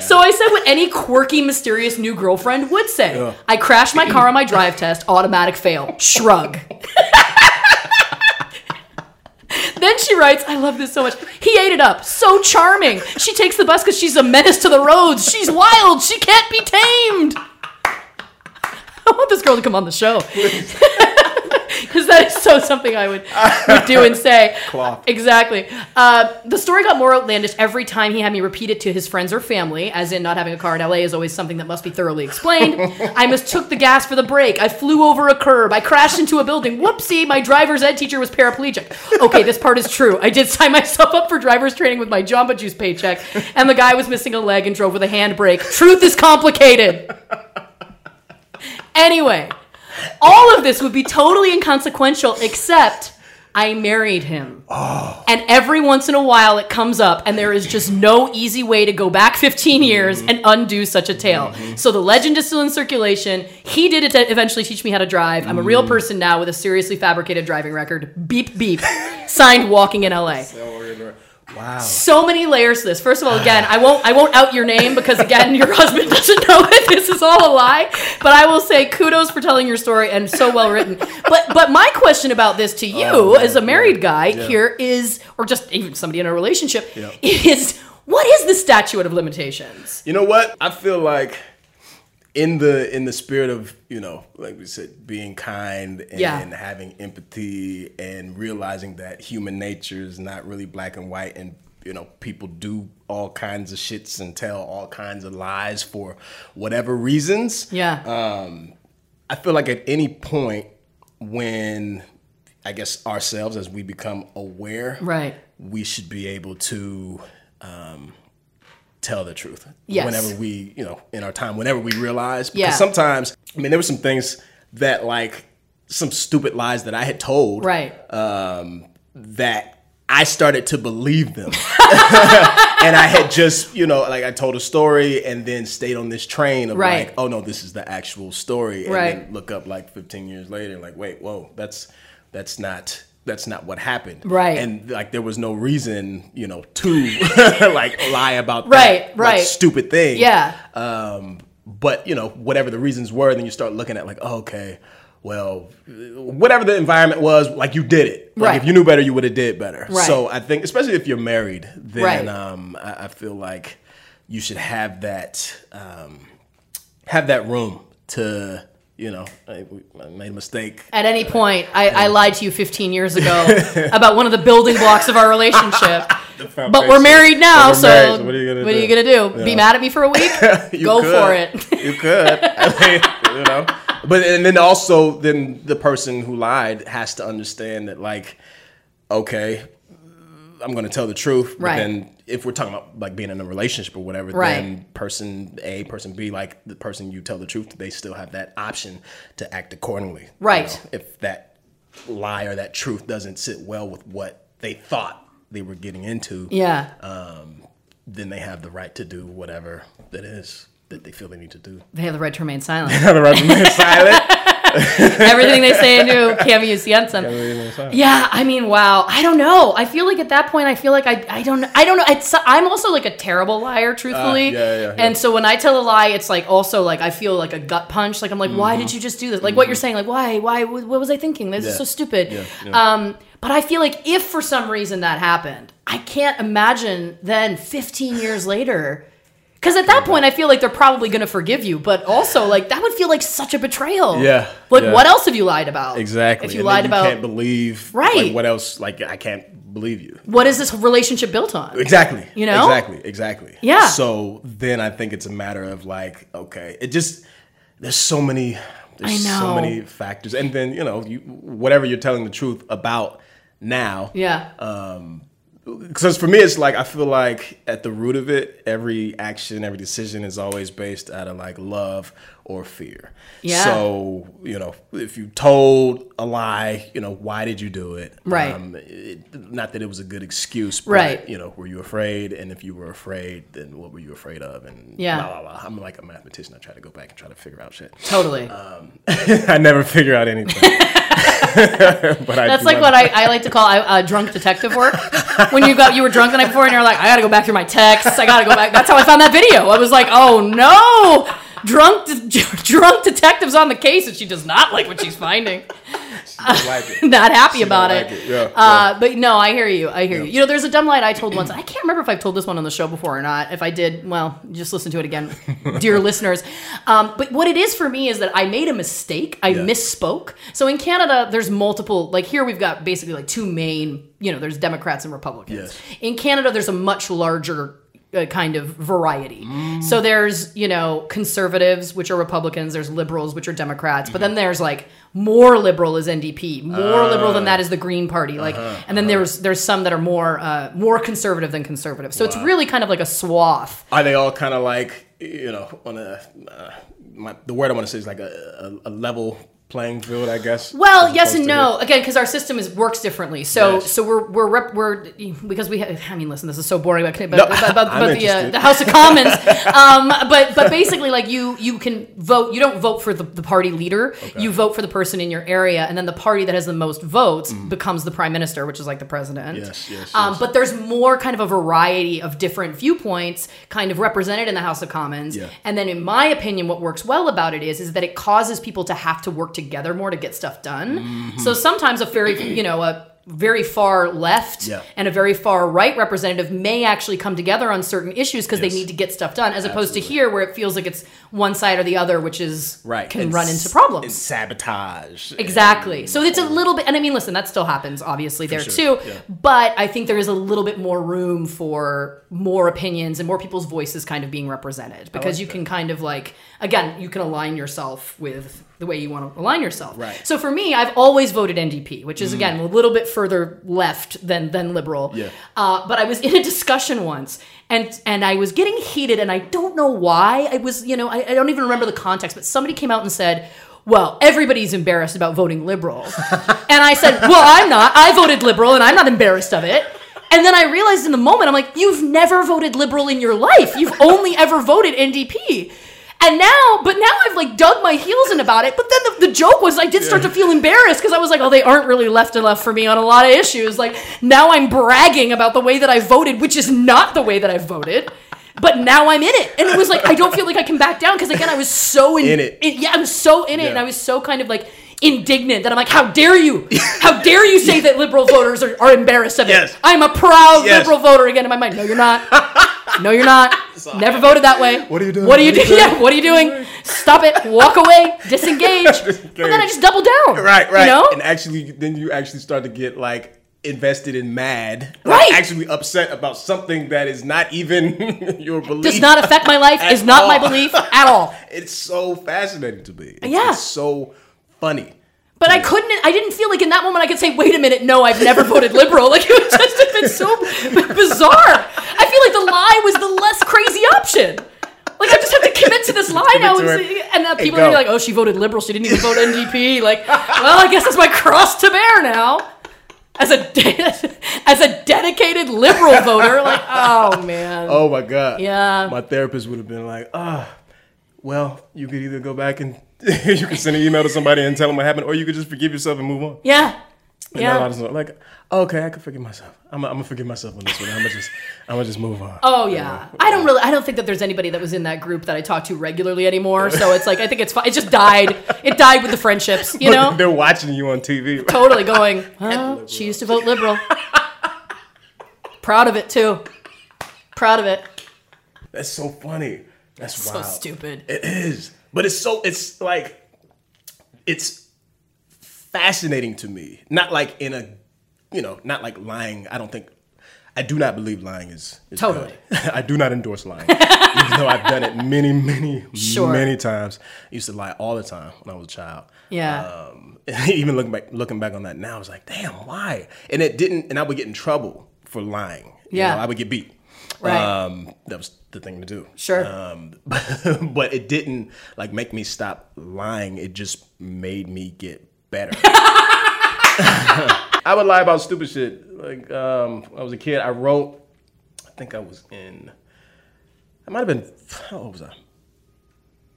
S1: So I said what any quirky, mysterious new girlfriend would say. I crashed my car on my drive test, automatic fail. Shrug. Then she writes, I love this so much. He ate it up. So charming. She takes the bus because she's a menace to the roads. She's wild. She can't be tamed. I want this girl to come on the show. Because that is so something I would, would do and say.
S2: Cloth.
S1: Exactly. Uh, the story got more outlandish every time he had me repeat it to his friends or family, as in not having a car in LA is always something that must be thoroughly explained. I mistook the gas for the brake. I flew over a curb. I crashed into a building. Whoopsie, my driver's ed teacher was paraplegic. Okay, this part is true. I did sign myself up for driver's training with my Jamba Juice paycheck, and the guy was missing a leg and drove with a handbrake. Truth is complicated. Anyway, all of this would be totally inconsequential except I married him. And every once in a while it comes up, and there is just no easy way to go back 15 years and undo such a tale. So the legend is still in circulation. He did it to eventually teach me how to drive. I'm a real person now with a seriously fabricated driving record. Beep, beep. Signed Walking in LA
S2: wow.
S1: so many layers to this. First of all, again, I won't I won't out your name because again, your husband doesn't know it. This is all a lie. But I will say kudos for telling your story and so well written. But but my question about this to you
S2: Oh, man,
S1: as a married guy
S2: yeah.
S1: here is or just even somebody in a relationship
S2: Yeah.
S1: is what is the statute of limitations?
S2: You know what? I feel like in the in the spirit of you know, like we said, being kind and
S1: Yeah.
S2: having empathy and realizing that human nature is not really black and white, and you know, people do all kinds of shits and tell all kinds of lies for whatever reasons.
S1: Yeah.
S2: Uh, I feel like at any point when I guess ourselves as we become aware,
S1: Right.
S2: we should be able to um, tell the truth.
S1: Yes.
S2: Whenever we, you know, in our time, whenever we realize, because
S1: Yeah.
S2: sometimes, I mean, there were some things that like some stupid lies that I had told,
S1: right.
S2: Um, that I started to believe them. and I had just, you know, like I told a story and then stayed on this train of
S1: Right.
S2: like, oh no, this is the actual story. And
S1: Right.
S2: then look up like 15 years later and like, wait, whoa, that's that's not that's not what happened.
S1: Right.
S2: And like there was no reason, you know, to like lie about
S1: Right,
S2: that, like,
S1: right.
S2: stupid thing.
S1: yeah.
S2: Um, but you know, whatever the reasons were, then you start looking at like, oh, okay, well, whatever the environment was, like you did it. Like
S1: Right.
S2: if you knew better, you would have did better.
S1: Right.
S2: So I think, especially if you're married, then
S1: Right.
S2: um, I, I feel like you should have that um, have that room to you know, I, I made a mistake.
S1: At any point, I, I lied to you 15 years ago about one of the building blocks of our relationship. but we're
S2: foundation.
S1: married now,
S2: But
S1: so,
S2: we're married, so what are you gonna
S1: what
S2: do?
S1: do? Be
S2: Yeah.
S1: mad at me for a week?
S2: You
S1: Go
S2: could.
S1: for it.
S2: you could. I mean, you know. But and then also then the person who lied has to understand that like, okay, I'm gonna tell the truth.
S1: Right.
S2: But then if we're talking about like being in a relationship or whatever,
S1: Right.
S2: then person A, person B, like the person you tell the truth, to, they still have that option to act accordingly. you
S1: Right.
S2: know, if that lie or that truth doesn't sit well with what they thought they were getting into
S1: yeah.
S2: um, then they have the right to do whatever that is that they feel they need to do.
S1: They have the right to remain silent.
S2: the right to remain silent.
S1: Everything they say and do, Cameo Cienson.
S2: Yeah.
S1: Yeah, I mean, wow. I don't know. I feel like at that point, I feel like I, I don't, I don't know. It's, I'm also like a terrible liar, truthfully.
S2: Uh, yeah, yeah, yeah.
S1: And so when I tell a lie, it's like also like I feel like a gut punch. Like I'm like, why did you just do this? Like what you're saying, like why, why, what was I thinking? This
S2: Mm-hmm. Yeah.
S1: is so stupid.
S2: Yeah, yeah.
S1: Um, but I feel like if for some reason that happened, I can't imagine then 15 years later. Because at that point, I feel like they're probably going to forgive you, but also like that would feel like such a betrayal.
S2: Yeah,
S1: Like
S2: yeah.
S1: what else have you lied about?
S2: Exactly.
S1: If you
S2: And then
S1: lied about
S2: can't believe
S1: Right.
S2: Like, what else? Like I can't believe you.
S1: what is this relationship built on?
S2: Exactly.
S1: You know?
S2: Exactly. Exactly.
S1: Yeah.
S2: So then I think it's a matter of like, okay, it just there's so many there's
S1: I know.
S2: so many factors, and then you know you whatever you're telling the truth about now.
S1: Yeah.
S2: Because for me, it's like I feel like at the root of it, every action, every decision is always based out of like love or fear.
S1: Yeah.
S2: So you know, if you told a lie, you know, why did you do it? Um,
S1: Right.
S2: it, not that it was a good excuse, but,
S1: Right.
S2: You know, were you afraid? And if you were afraid, then what were you afraid of? And
S1: Yeah.
S2: blah, blah, blah. I'm like a mathematician. I try to go back and try to figure out shit.
S1: totally.
S2: uh, I never figure out anything. but I
S1: That's
S2: do
S1: like
S2: have-
S1: what I, I like to call uh, drunk detective work. When you got you were drunk the night before and you're like, I gotta go back through my texts. I gotta go back. That's how I found that video. I was like, oh no, drunk de- drunk detectives on the case, and she does not like what she's finding.
S2: I like it.
S1: not happy
S2: She
S1: about
S2: don't
S1: it.
S2: like it. Yeah,
S1: uh, But no, I hear you. I hear you. You know, there's a dumb lie I told once. I can't remember if I've told this one on the show before or not. If I did, well, just listen to it again, dear listeners. Um, but what it is for me is that I made a mistake. I misspoke. So in Canada, there's multiple. Like here, we've got basically like two main. You know, there's Democrats and Republicans.
S2: Yes.
S1: In Canada, there's a much larger uh, kind of variety. So there's, you know, conservatives, which are Republicans, there's liberals, which are Democrats, but then there's like more liberal is NDP, more liberal than that is the Green Party, like and then there's there's some that are more uh, more conservative than conservative. So it's really kind of like a swath.
S2: Are they all kind of like you know on a uh, my, the word I want to say is like a, a, a level playing field, I guess.
S1: Well,
S2: as
S1: yes and
S2: opposed to
S1: no. Again, because our system is works differently. So,
S2: Yes.
S1: so we're we're rep, we're because we. Have, I mean, listen, this is so boring about about,
S2: No,
S1: about, about,
S2: I'm
S1: about the uh,
S2: interested.
S1: the House of Commons. um, but but basically, like you you can vote. You don't vote for the, the party leader. You vote for the person in your area, and then the party that has the most votes becomes the prime minister, which is like the president.
S2: Mm. Yes, yes,
S1: Um,
S2: yes.
S1: But there's more kind of a variety of different viewpoints, kind of represented in the House of Commons.
S2: Yeah.
S1: And then, in my opinion, what works well about it is is that it causes people to have to work together more to get stuff done.
S2: Mm-hmm.
S1: So sometimes a very you know a very far left
S2: Yeah.
S1: and a very far right representative may actually come together on certain issues because
S2: Yes.
S1: they need to get stuff done, as opposed to here where it feels like it's one side or the other, which is
S2: right
S1: can
S2: and
S1: run
S2: s-
S1: into problems.
S2: and sabotage.
S1: Exactly. So it's a little bit, and I mean, listen, that still happens, obviously, there
S2: sure,
S1: too.
S2: yeah.
S1: But I think there is a little bit more room for more opinions and more people's voices kind of being represented because you can kind of like, again, you can align yourself with the way you want to align yourself.
S2: Right. Mm.
S1: So for me, I've always voted NDP, which is again a little bit further left than than liberal.
S2: Yeah.
S1: Uh, but I was in a discussion once, and and I was getting heated, and I don't know why. I was, you know, I, I don't even remember the context, but somebody came out and said. Well, everybody's embarrassed about voting liberal. and I said, Well, I'm not. I voted liberal and I'm not embarrassed of it. And then I realized in the moment, I'm like, You've never voted liberal in your life. You've only ever voted NDP. And now, but now I've like dug my heels in about it. But then the, the joke was I did start to feel embarrassed because I was like, oh, they aren't really left enough for me on a lot of issues. Like now I'm bragging about the way that I voted, which is not the way that I voted. But now I'm in it, and it was like I don't feel like I can back down because again I was so in,
S2: In it.
S1: yeah, I was so in it, and
S2: Yeah.
S1: I was so kind of like indignant that I'm like, how dare you? How dare you say that liberal voters are, are embarrassed of it?
S2: Yes.
S1: I'm a proud
S2: Yes.
S1: liberal voter again in my mind. No, you're not. No, you're not. Never voted that way.
S2: What are you doing?
S1: What are you
S2: What
S1: doing?
S2: are you doing?
S1: Yeah, what are you doing? Stop it. Walk away. Disengage. But then I just double down.
S2: Right, right.
S1: You know?
S2: And actually, then you actually start to get like invested in mad,
S1: Right.
S2: Like, actually upset about something that is not even your belief.
S1: Does not affect my life.
S2: At
S1: Is not my
S2: all.
S1: belief at all.
S2: It's so fascinating to me. It's,
S1: Yeah.
S2: it's so funny.
S1: But I couldn't. I didn't feel like in that moment I could say, "Wait a minute, no, I've never voted liberal." Like it would just have been so b- bizarre. I feel like the lie was the less crazy option. Like I just have to commit to this lie now, and,
S2: Commit to
S1: see-
S2: it.
S1: and then
S2: Hey,
S1: people are gonna be
S2: go.
S1: like, "Oh, she voted liberal. She didn't even vote NDP." Like, well, I guess that's my cross to bear now. As a de- as a dedicated liberal voter, like, oh man,
S2: Oh my god.
S1: Yeah.
S2: My therapist would have been like, ah, well, you could either go back and you can send an email to somebody and tell them what happened, or you could just forgive yourself and move on.
S1: Yeah.
S2: And now I
S1: Yeah.
S2: just know, like, okay, I can forgive myself. I'm, I'm gonna forgive myself on this one. I'm gonna just, I'm gonna just move on.
S1: Oh yeah. I don't really I don't think that there's anybody that was in that group that I talk to regularly anymore. So it's like I think it's fine. It just died. It died with the friendships, you know?
S2: they're watching you on TV.
S1: totally going, huh? She used to vote liberal. Proud of it too. Proud of it.
S2: That's so funny. That's
S1: So
S2: wild.
S1: stupid.
S2: It is, but it's so it's like it's fascinating to me. Not like in a, you know, not like lying. I don't think. I do not believe lying is, is
S1: Totally.
S2: good. I do not endorse lying, even though I've done it many, many,
S1: Sure.
S2: many times. I used to lie all the time when I was a child.
S1: Yeah.
S2: Um, even looking back, looking back on that now, I was like, damn, why? And it didn't. And I would get in trouble for lying. You
S1: Yeah.
S2: know, I would get beat.
S1: Right.
S2: Um, that was the thing to do.
S1: Sure.
S2: Um, but it didn't like make me stop lying. It just made me get better. I would lie about stupid shit. Like um, when I was a kid, I wrote. I think I was in. I might have been. How old was I?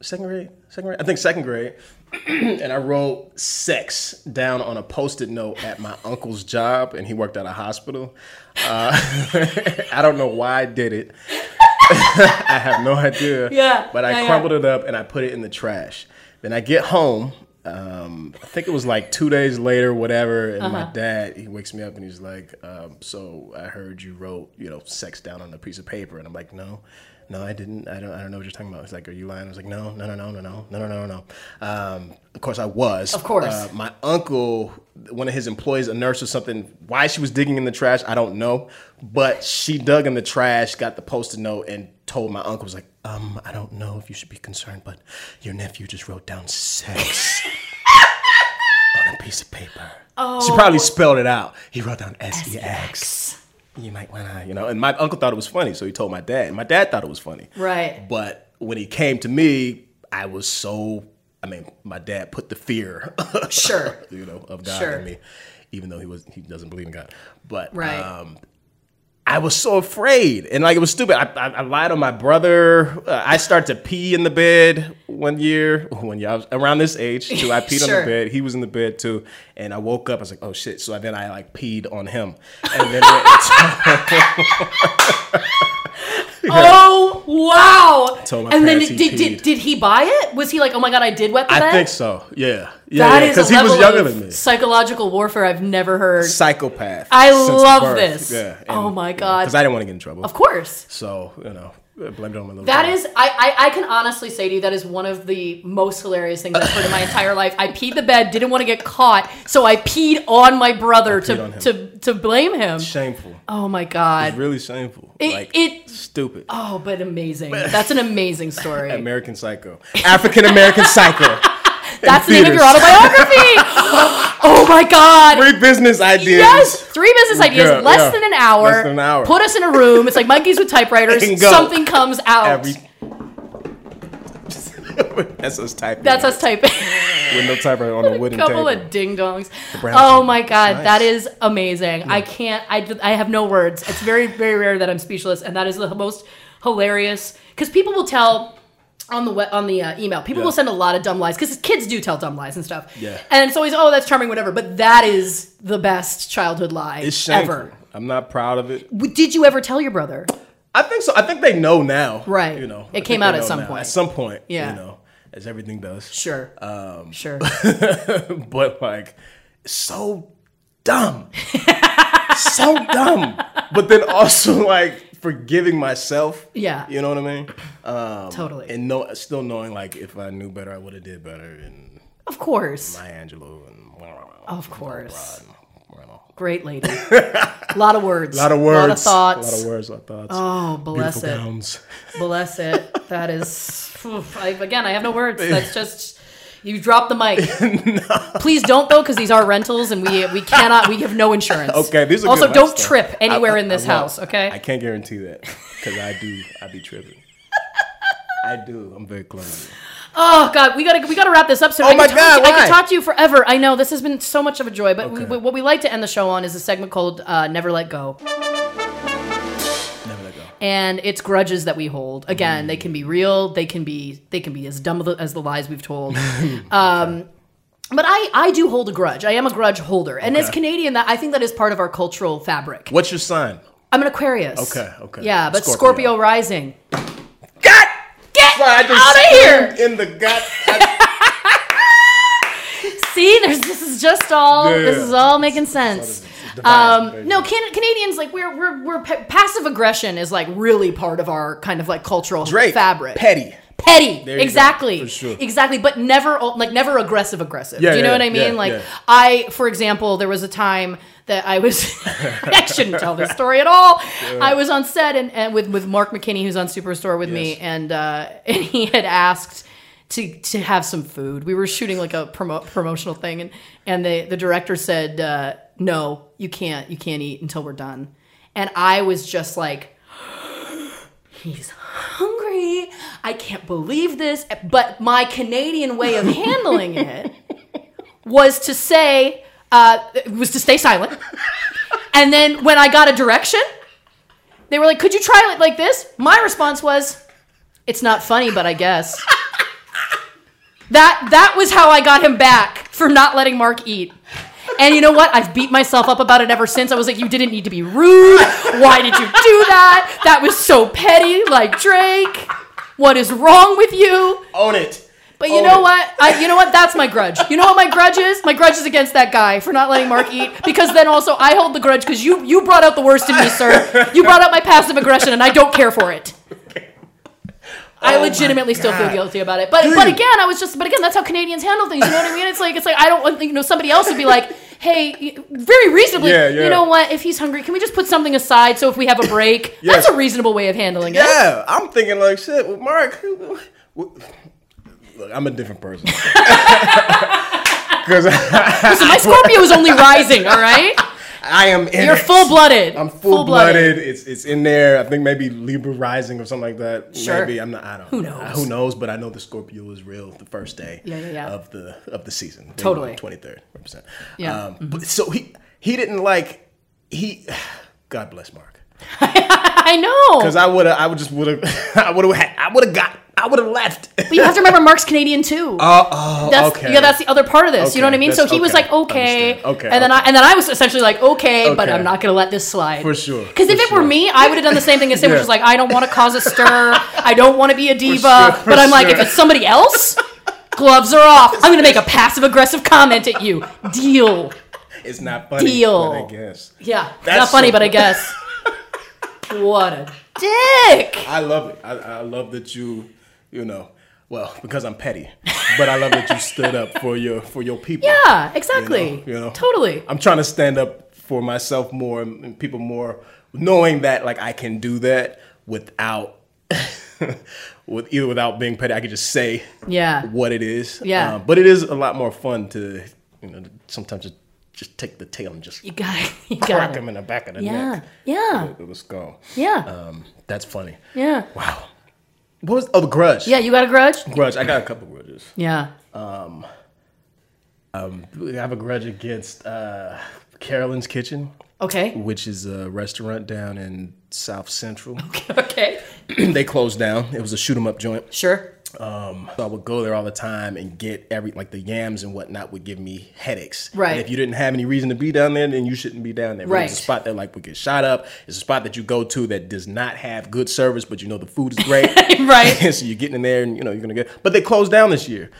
S2: Second grade. Second grade. I think second grade. and I wrote sex down on a post-it note at my uncle's job, and he worked at a hospital. Uh, I don't know why I did it. I have no idea.
S1: Yeah,
S2: But I
S1: yeah, yeah.
S2: crumbled it up and I put it in the trash. Then I get home. Um, I think it was like two days later, whatever. And
S1: Uh-huh.
S2: my dad, he wakes me up and he's like, um, "So I heard you wrote, you know, sex down on a piece of paper." And I'm like, "No, no, I didn't. I don't. I don't know what you're talking about." He's like, "Are you lying?" I was like, "No, no, no, no, no, no, no, no, no, no." Um, of course, I was.
S1: Of course.
S2: Uh, my uncle, one of his employees, a nurse or something, why she was digging in the trash, I don't know. But she dug in the trash, got the post-it note, and told my uncle, was like, um, I don't know if you should be concerned, but your nephew just wrote down sex on a piece of paper. She probably spelled it out. He wrote down S-E-X. You might want to, you know. And my uncle thought it was funny, so he told my dad. And my dad thought it was funny.
S1: Right.
S2: But when he came to me, I was so. I mean, my dad put the fear,
S1: Sure.
S2: you know, of God
S1: Sure.
S2: in me, even though he was he doesn't believe in God. But
S1: Right.
S2: um, I was so afraid, and like it was stupid. I, I, I lied on my brother. Uh, I started to pee in the bed one year, one year I was around this age too. I peed on
S1: Sure.
S2: the bed. He was in the bed too, and I woke up. I was like, oh shit! So then I like peed on him, and then went and
S1: Oh wow!
S2: Told my
S1: and then
S2: parents
S1: did,
S2: he
S1: did, did
S2: peed.
S1: he buy it? Was he like, oh my god, I did wet the
S2: I
S1: bed?
S2: think so. Yeah, yeah,
S1: That is
S2: yeah.
S1: a
S2: Because he was
S1: level
S2: younger
S1: of
S2: than me.
S1: Psychological warfare I've never heard.
S2: Psychopath.
S1: I
S2: since
S1: love
S2: birth.
S1: this.
S2: Yeah.
S1: Oh my God.
S2: Because I didn't want to get in trouble.
S1: of course.
S2: So you know, blame it on my little.
S1: That
S2: brother.
S1: is, I, I, I can honestly say to you, that is one of the most hilarious things I've heard in my entire life. I peed the bed, didn't want to get caught, so I peed on my brother
S2: peed on
S1: to,
S2: him.
S1: to to blame him.
S2: shameful.
S1: Oh my god!
S2: Really shameful.
S1: It-
S2: like
S1: it-
S2: stupid.
S1: Oh, but amazing. That's an amazing story.
S2: American Psycho. African American Psycho.
S1: That's the name of your
S2: theaters.
S1: autobiography. oh my god!
S2: Three business ideas.
S1: Yes, three business ideas,
S2: Yeah,
S1: less
S2: yeah.
S1: than an hour.
S2: Less than an hour.
S1: Put us in a room. It's like monkeys with typewriters.
S2: And go.
S1: Something comes out.
S2: Every. That's us typing.
S1: That's us typing.
S2: With no typewriter on a
S1: a
S2: wooden
S1: couple
S2: table.
S1: of ding dongs.
S2: brown
S1: Oh
S2: table.
S1: my god,
S2: Nice.
S1: that is amazing. I can't. I d- I have no words. It's very very rare that I'm speechless, and that is the most hilarious because people will tell. On the we- on the uh, email, people
S2: Yeah.
S1: will send a lot of dumb lies because kids do tell dumb lies and stuff.
S2: Yeah.
S1: and it's always oh that's charming whatever, but that is the best childhood lie
S2: It's shameful.
S1: ever.
S2: I'm not proud of it.
S1: W- Did you ever tell your brother?
S2: I think so. I think they know now.
S1: Right.
S2: You know.
S1: It
S2: I
S1: came
S2: think they
S1: out at
S2: know
S1: some
S2: now.
S1: point.
S2: At some point.
S1: Yeah.
S2: You know, as everything does.
S1: Sure. Um, sure.
S2: but like so dumb so dumb but then also like forgiving myself
S1: Yeah.
S2: you know what i mean um
S1: Totally.
S2: and no still knowing like if i knew better i would have did better and
S1: Of course.
S2: my angelo and
S1: Of course.
S2: a
S1: Great lady. A lot of words. A
S2: lot of words
S1: lot of thoughts.
S2: a lot of words a lot of thoughts
S1: Oh, bless
S2: Beautiful
S1: it.
S2: gowns.
S1: Bless it. That is, oof, I, again, I have no words. That's just, you dropped the mic. Please don't though, because these are rentals and we we cannot, we have no insurance.
S2: Okay, these are
S1: also
S2: good
S1: don't
S2: lifestyle.
S1: trip anywhere
S2: I-
S1: in this
S2: I won't.
S1: house. Okay,
S2: I can't guarantee that because I do. I be tripping. I do. I'm very clumsy.
S1: Oh God, we gotta we gotta wrap this up soon.
S2: Oh
S1: I could
S2: my
S1: talk
S2: God,
S1: to you- I could
S2: why?
S1: talk to you forever. I know this has been so much of a joy, but we,
S2: Okay.
S1: we- what we like to end the show on is a segment called uh, "Never Let Go,"
S2: Never let go.
S1: and it's grudges that we hold. Again,
S2: Mm.
S1: they can be real. They can be they can be as dumb as the- as the lies we've told. Um, But I, I do hold a grudge. I am a grudge holder. And as
S2: Okay.
S1: Canadian, that I think that is part of our cultural fabric.
S2: What's your sign?
S1: I'm an Aquarius.
S2: Okay, okay.
S1: Yeah, but Scorpio,
S2: Scorpio.
S1: rising.
S2: God!
S1: Get
S2: Sorry, I just
S1: out of here!
S2: screamed in the gut. I-
S1: See, there's this is just all
S2: Yeah.
S1: this is all making sense.
S2: divine,
S1: um,
S2: baby.
S1: no, can, Canadians like we're we're, we're pa- passive aggression is like really part of our kind of like cultural
S2: Drake.
S1: fabric.
S2: Petty.
S1: petty
S2: There you go,
S1: exactly
S2: for sure.
S1: exactly but never like never aggressive aggressive
S2: Yeah,
S1: do you know
S2: yeah,
S1: what i mean
S2: yeah,
S1: like
S2: yeah.
S1: i for example there was a time that i was i shouldn't tell this story at all i was on set and, and with with mark mckinney who's on superstore with me
S2: Yes.
S1: and uh and he had asked to, to have some food we were shooting like a promo- promotional thing and and the the director said uh no you can't you can't eat until we're done and i was just like he's hungry. I can't believe this. But my Canadian way of handling it was to say, uh, was to stay silent. And then when I got a direction, they were like, could you try it like this? My response was, it's not funny, but I guess. that, that was how I got him back for not letting Mark eat. And you know what? I've beat myself up about it ever since. I was like, you didn't need to be rude. Why did you do that? That was so petty, like Drake. What is wrong with you?
S2: Own it.
S1: But you
S2: Own
S1: know
S2: it.
S1: what? I, you know what? That's my grudge. You know what my grudge is? My grudge is against that guy for not letting Mark eat. Because then also I hold the grudge because you you brought out the worst in me, sir. You brought out my passive aggression, and I don't care for it. I
S2: Oh my
S1: legitimately still feel
S2: God.
S1: guilty about it. But
S2: Dude.
S1: but again, I was just but again, that's how Canadians handle things. You know what I mean? It's like it's like I don't want you know somebody else would be like. Hey, y- very reasonably,
S2: Yeah, yeah.
S1: you know what? If he's hungry, can we just put something aside so if we have a break,
S2: Yes.
S1: that's a reasonable way of handling it.
S2: Yeah, I'm thinking like shit. Well, Mark, who- who- look, I'm a different person. Because I,
S1: So my Scorpio is only rising, all right?
S2: I am in
S1: You're
S2: it.
S1: full blooded.
S2: I'm full blooded. It's it's in there. I think maybe Libra rising or something like that.
S1: Sure.
S2: Maybe I'm not. I don't.
S1: Who
S2: know.
S1: knows?
S2: Who knows? But I know the Scorpio is real. The first day.
S1: Yeah, yeah, yeah.
S2: Of the of the season.
S1: Totally.
S2: Twenty third. Represent.
S1: Yeah. Mm-hmm.
S2: Um, But so he he didn't like he. God bless Mark.
S1: I know.
S2: Because I would have. I would just would have. I would have. I would have got. I would have left.
S1: But you have to remember Mark's Canadian too.
S2: Oh, oh,
S1: that's,
S2: okay.
S1: Yeah, that's the other part of this. you know what I
S2: Okay,
S1: mean? So
S2: that's-
S1: he was
S2: okay,
S1: like, okay,
S2: understand. Okay,
S1: and then
S2: okay.
S1: I and then I was essentially like, okay, but
S2: Okay.
S1: I'm not gonna let this slide
S2: For sure,
S1: Because if
S2: for
S1: it were
S2: sure.
S1: me, I would have done the same thing as him, which
S2: Yeah.
S1: is like, I don't want to cause a stir. I don't want to be a diva.
S2: sure, for
S1: but I'm like,
S2: sure.
S1: if it's somebody else, gloves are off. I'm gonna make a passive aggressive comment at you. Deal.
S2: it's not funny.
S1: Deal.
S2: But I guess.
S1: Yeah,
S2: That's
S1: not funny,
S2: so-
S1: but I guess. what a dick.
S2: I love it. I, I love that you, you know, well, because I'm petty, but I love that you stood up for your for your people.
S1: Yeah,
S2: you know,
S1: exactly.
S2: You know,
S1: Totally.
S2: I'm trying to stand up for myself more and and people more, knowing that like I can do that without. With either without being petty, I could just say
S1: Yeah.
S2: what it is. Um,
S1: Yeah.
S2: but it is a lot more fun to you know sometimes just, just take the tail and just
S1: You got it. You
S2: crack
S1: got it.
S2: him in the back of the
S1: Yeah.
S2: neck.
S1: Yeah.
S2: With a skull.
S1: Yeah.
S2: Um, that's funny.
S1: Yeah.
S2: Wow. What was oh the grudge?
S1: Yeah, you got a grudge?
S2: Grudge. I got a couple grudges.
S1: Yeah.
S2: I have a grudge against uh, Carolyn's Kitchen,
S1: Okay.
S2: which is a restaurant down in South Central.
S1: Okay.
S2: they closed down. It was a shoot 'em up joint.
S1: Sure.
S2: Um, so I would go there all the time and get every like the yams and whatnot would give me headaches.
S1: Right.
S2: And if you didn't have any reason to be down there, then you shouldn't be down there. But
S1: Right.
S2: It's a spot that like would get shot up. It's a spot that you go to that does not have good service, but you know the food is great.
S1: Right.
S2: so you're getting in there and you know you're gonna get. But they closed down this year.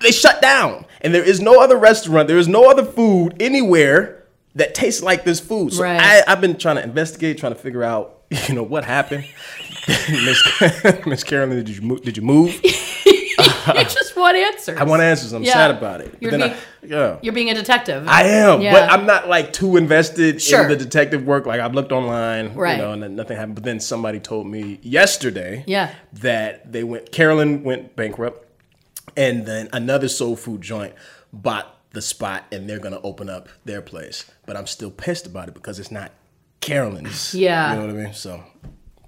S2: They shut down, and there is no other restaurant. There is no other food anywhere that tastes like this food. So
S1: Right.
S2: I, I've been trying to investigate, trying to figure out, you know, what happened. Miss Miss Carolyn, did you move? Did you move?
S1: It's just one answer.
S2: I want answers. I'm
S1: Yeah.
S2: sad about it. But
S1: You're
S2: then I,
S1: being-
S2: yeah.
S1: You're being a detective.
S2: I am,
S1: Yeah.
S2: but I'm not like too invested
S1: Sure.
S2: in the detective work. Like I've looked online,
S1: Right.
S2: you know, and then nothing happened. But then somebody told me yesterday,
S1: Yeah.
S2: that they went. Carolyn went bankrupt, and then another soul food joint bought the spot, and they're gonna open up their place. But I'm still pissed about it because it's not Carolyn's.
S1: Yeah.
S2: you know what I mean. So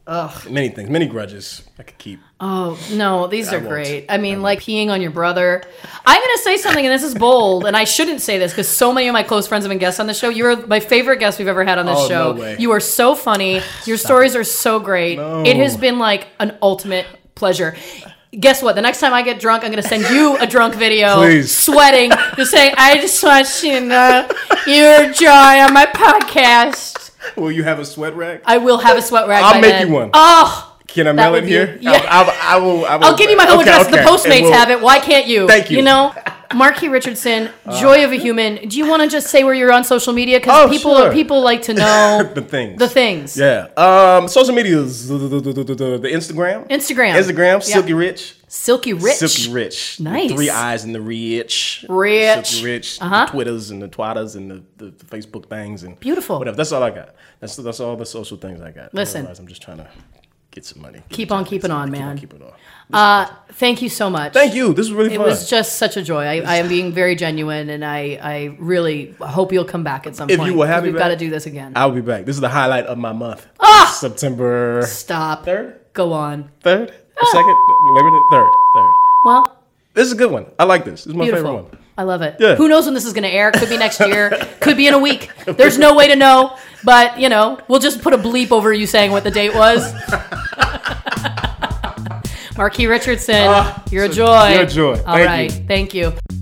S2: Ugh. Many things, many grudges I could keep.
S1: Oh no, these
S2: I
S1: are
S2: won't.
S1: great. I mean, like peeing on your brother. I'm gonna say something, and this is bold, and I shouldn't say this because so many of my close friends have been guests on the show. You're my favorite guest we've ever had on this
S2: Oh, no
S1: show.
S2: way.
S1: You are so funny. Your stories are so great. It has been like an ultimate pleasure. Guess what? The next time I get drunk, I'm gonna send you a drunk video,
S2: Please.
S1: sweating, just saying, "I just want you to know you're joy on my podcast."
S2: Will you have a sweat rack?
S1: I will have a sweat rag.
S2: I'll
S1: by
S2: make
S1: then.
S2: you one.
S1: Oh.
S2: Can I mail
S1: would
S2: it
S1: be-
S2: here?
S1: yeah.
S2: I, I- I will, I will.
S1: I'll give you my home
S2: Okay,
S1: address.
S2: okay.
S1: The Postmates
S2: And we'll-
S1: have it. Why can't you?
S2: Thank you. Uh.
S1: You know, Marky Richardson, Joy of a Human. Do you want to just say where you're on social media? Because
S2: Oh,
S1: people
S2: sure.
S1: people like to know
S2: The things.
S1: the things.
S2: Yeah. Um, social media is the, the, the, the, the- the Instagram.
S1: Instagram.
S2: Instagram,
S1: Yeah.
S2: Silky Rich.
S1: Silky Rich.
S2: Silky Rich. The
S1: Nice.
S2: three eyes and the rich.
S1: Rich.
S2: Silky Rich.
S1: Uh-huh.
S2: The Twitters and the Twatters and the, the, the Facebook things and
S1: Beautiful.
S2: Whatever. That's all I got. That's that's all the social things I got.
S1: Listen.
S2: Otherwise, I'm just trying to get some money.
S1: Keep on keeping on,
S2: Keep on
S1: man.
S2: keeping on.
S1: Uh, thank you so much.
S2: Thank you. This was really
S1: It
S2: fun.
S1: was just such a joy. I, I am being very genuine, and I, I really hope you'll come back at some
S2: If
S1: point.
S2: you will have
S1: 'cause
S2: me
S1: we've got to
S2: back.
S1: do this again.
S2: I'll be back. This is the highlight of my month.
S1: Ah!
S2: September
S1: Stop.
S2: third,
S1: Go on.
S2: third,
S1: Ah!
S2: or second, wait a minute, third, third.
S1: Well.
S2: This is a good one. I like this. This is my favorite
S1: Beautiful.
S2: one.
S1: I love it.
S2: Yeah.
S1: Who knows when this is going to air? Could be next year. Could be in a week. There's no way to know. But you know, we'll just put a bleep over you saying what the date was. Marquis Richardson, you're a joy.
S2: Ah, you're a joy.
S1: All
S2: Thank
S1: right.
S2: you.
S1: Thank you.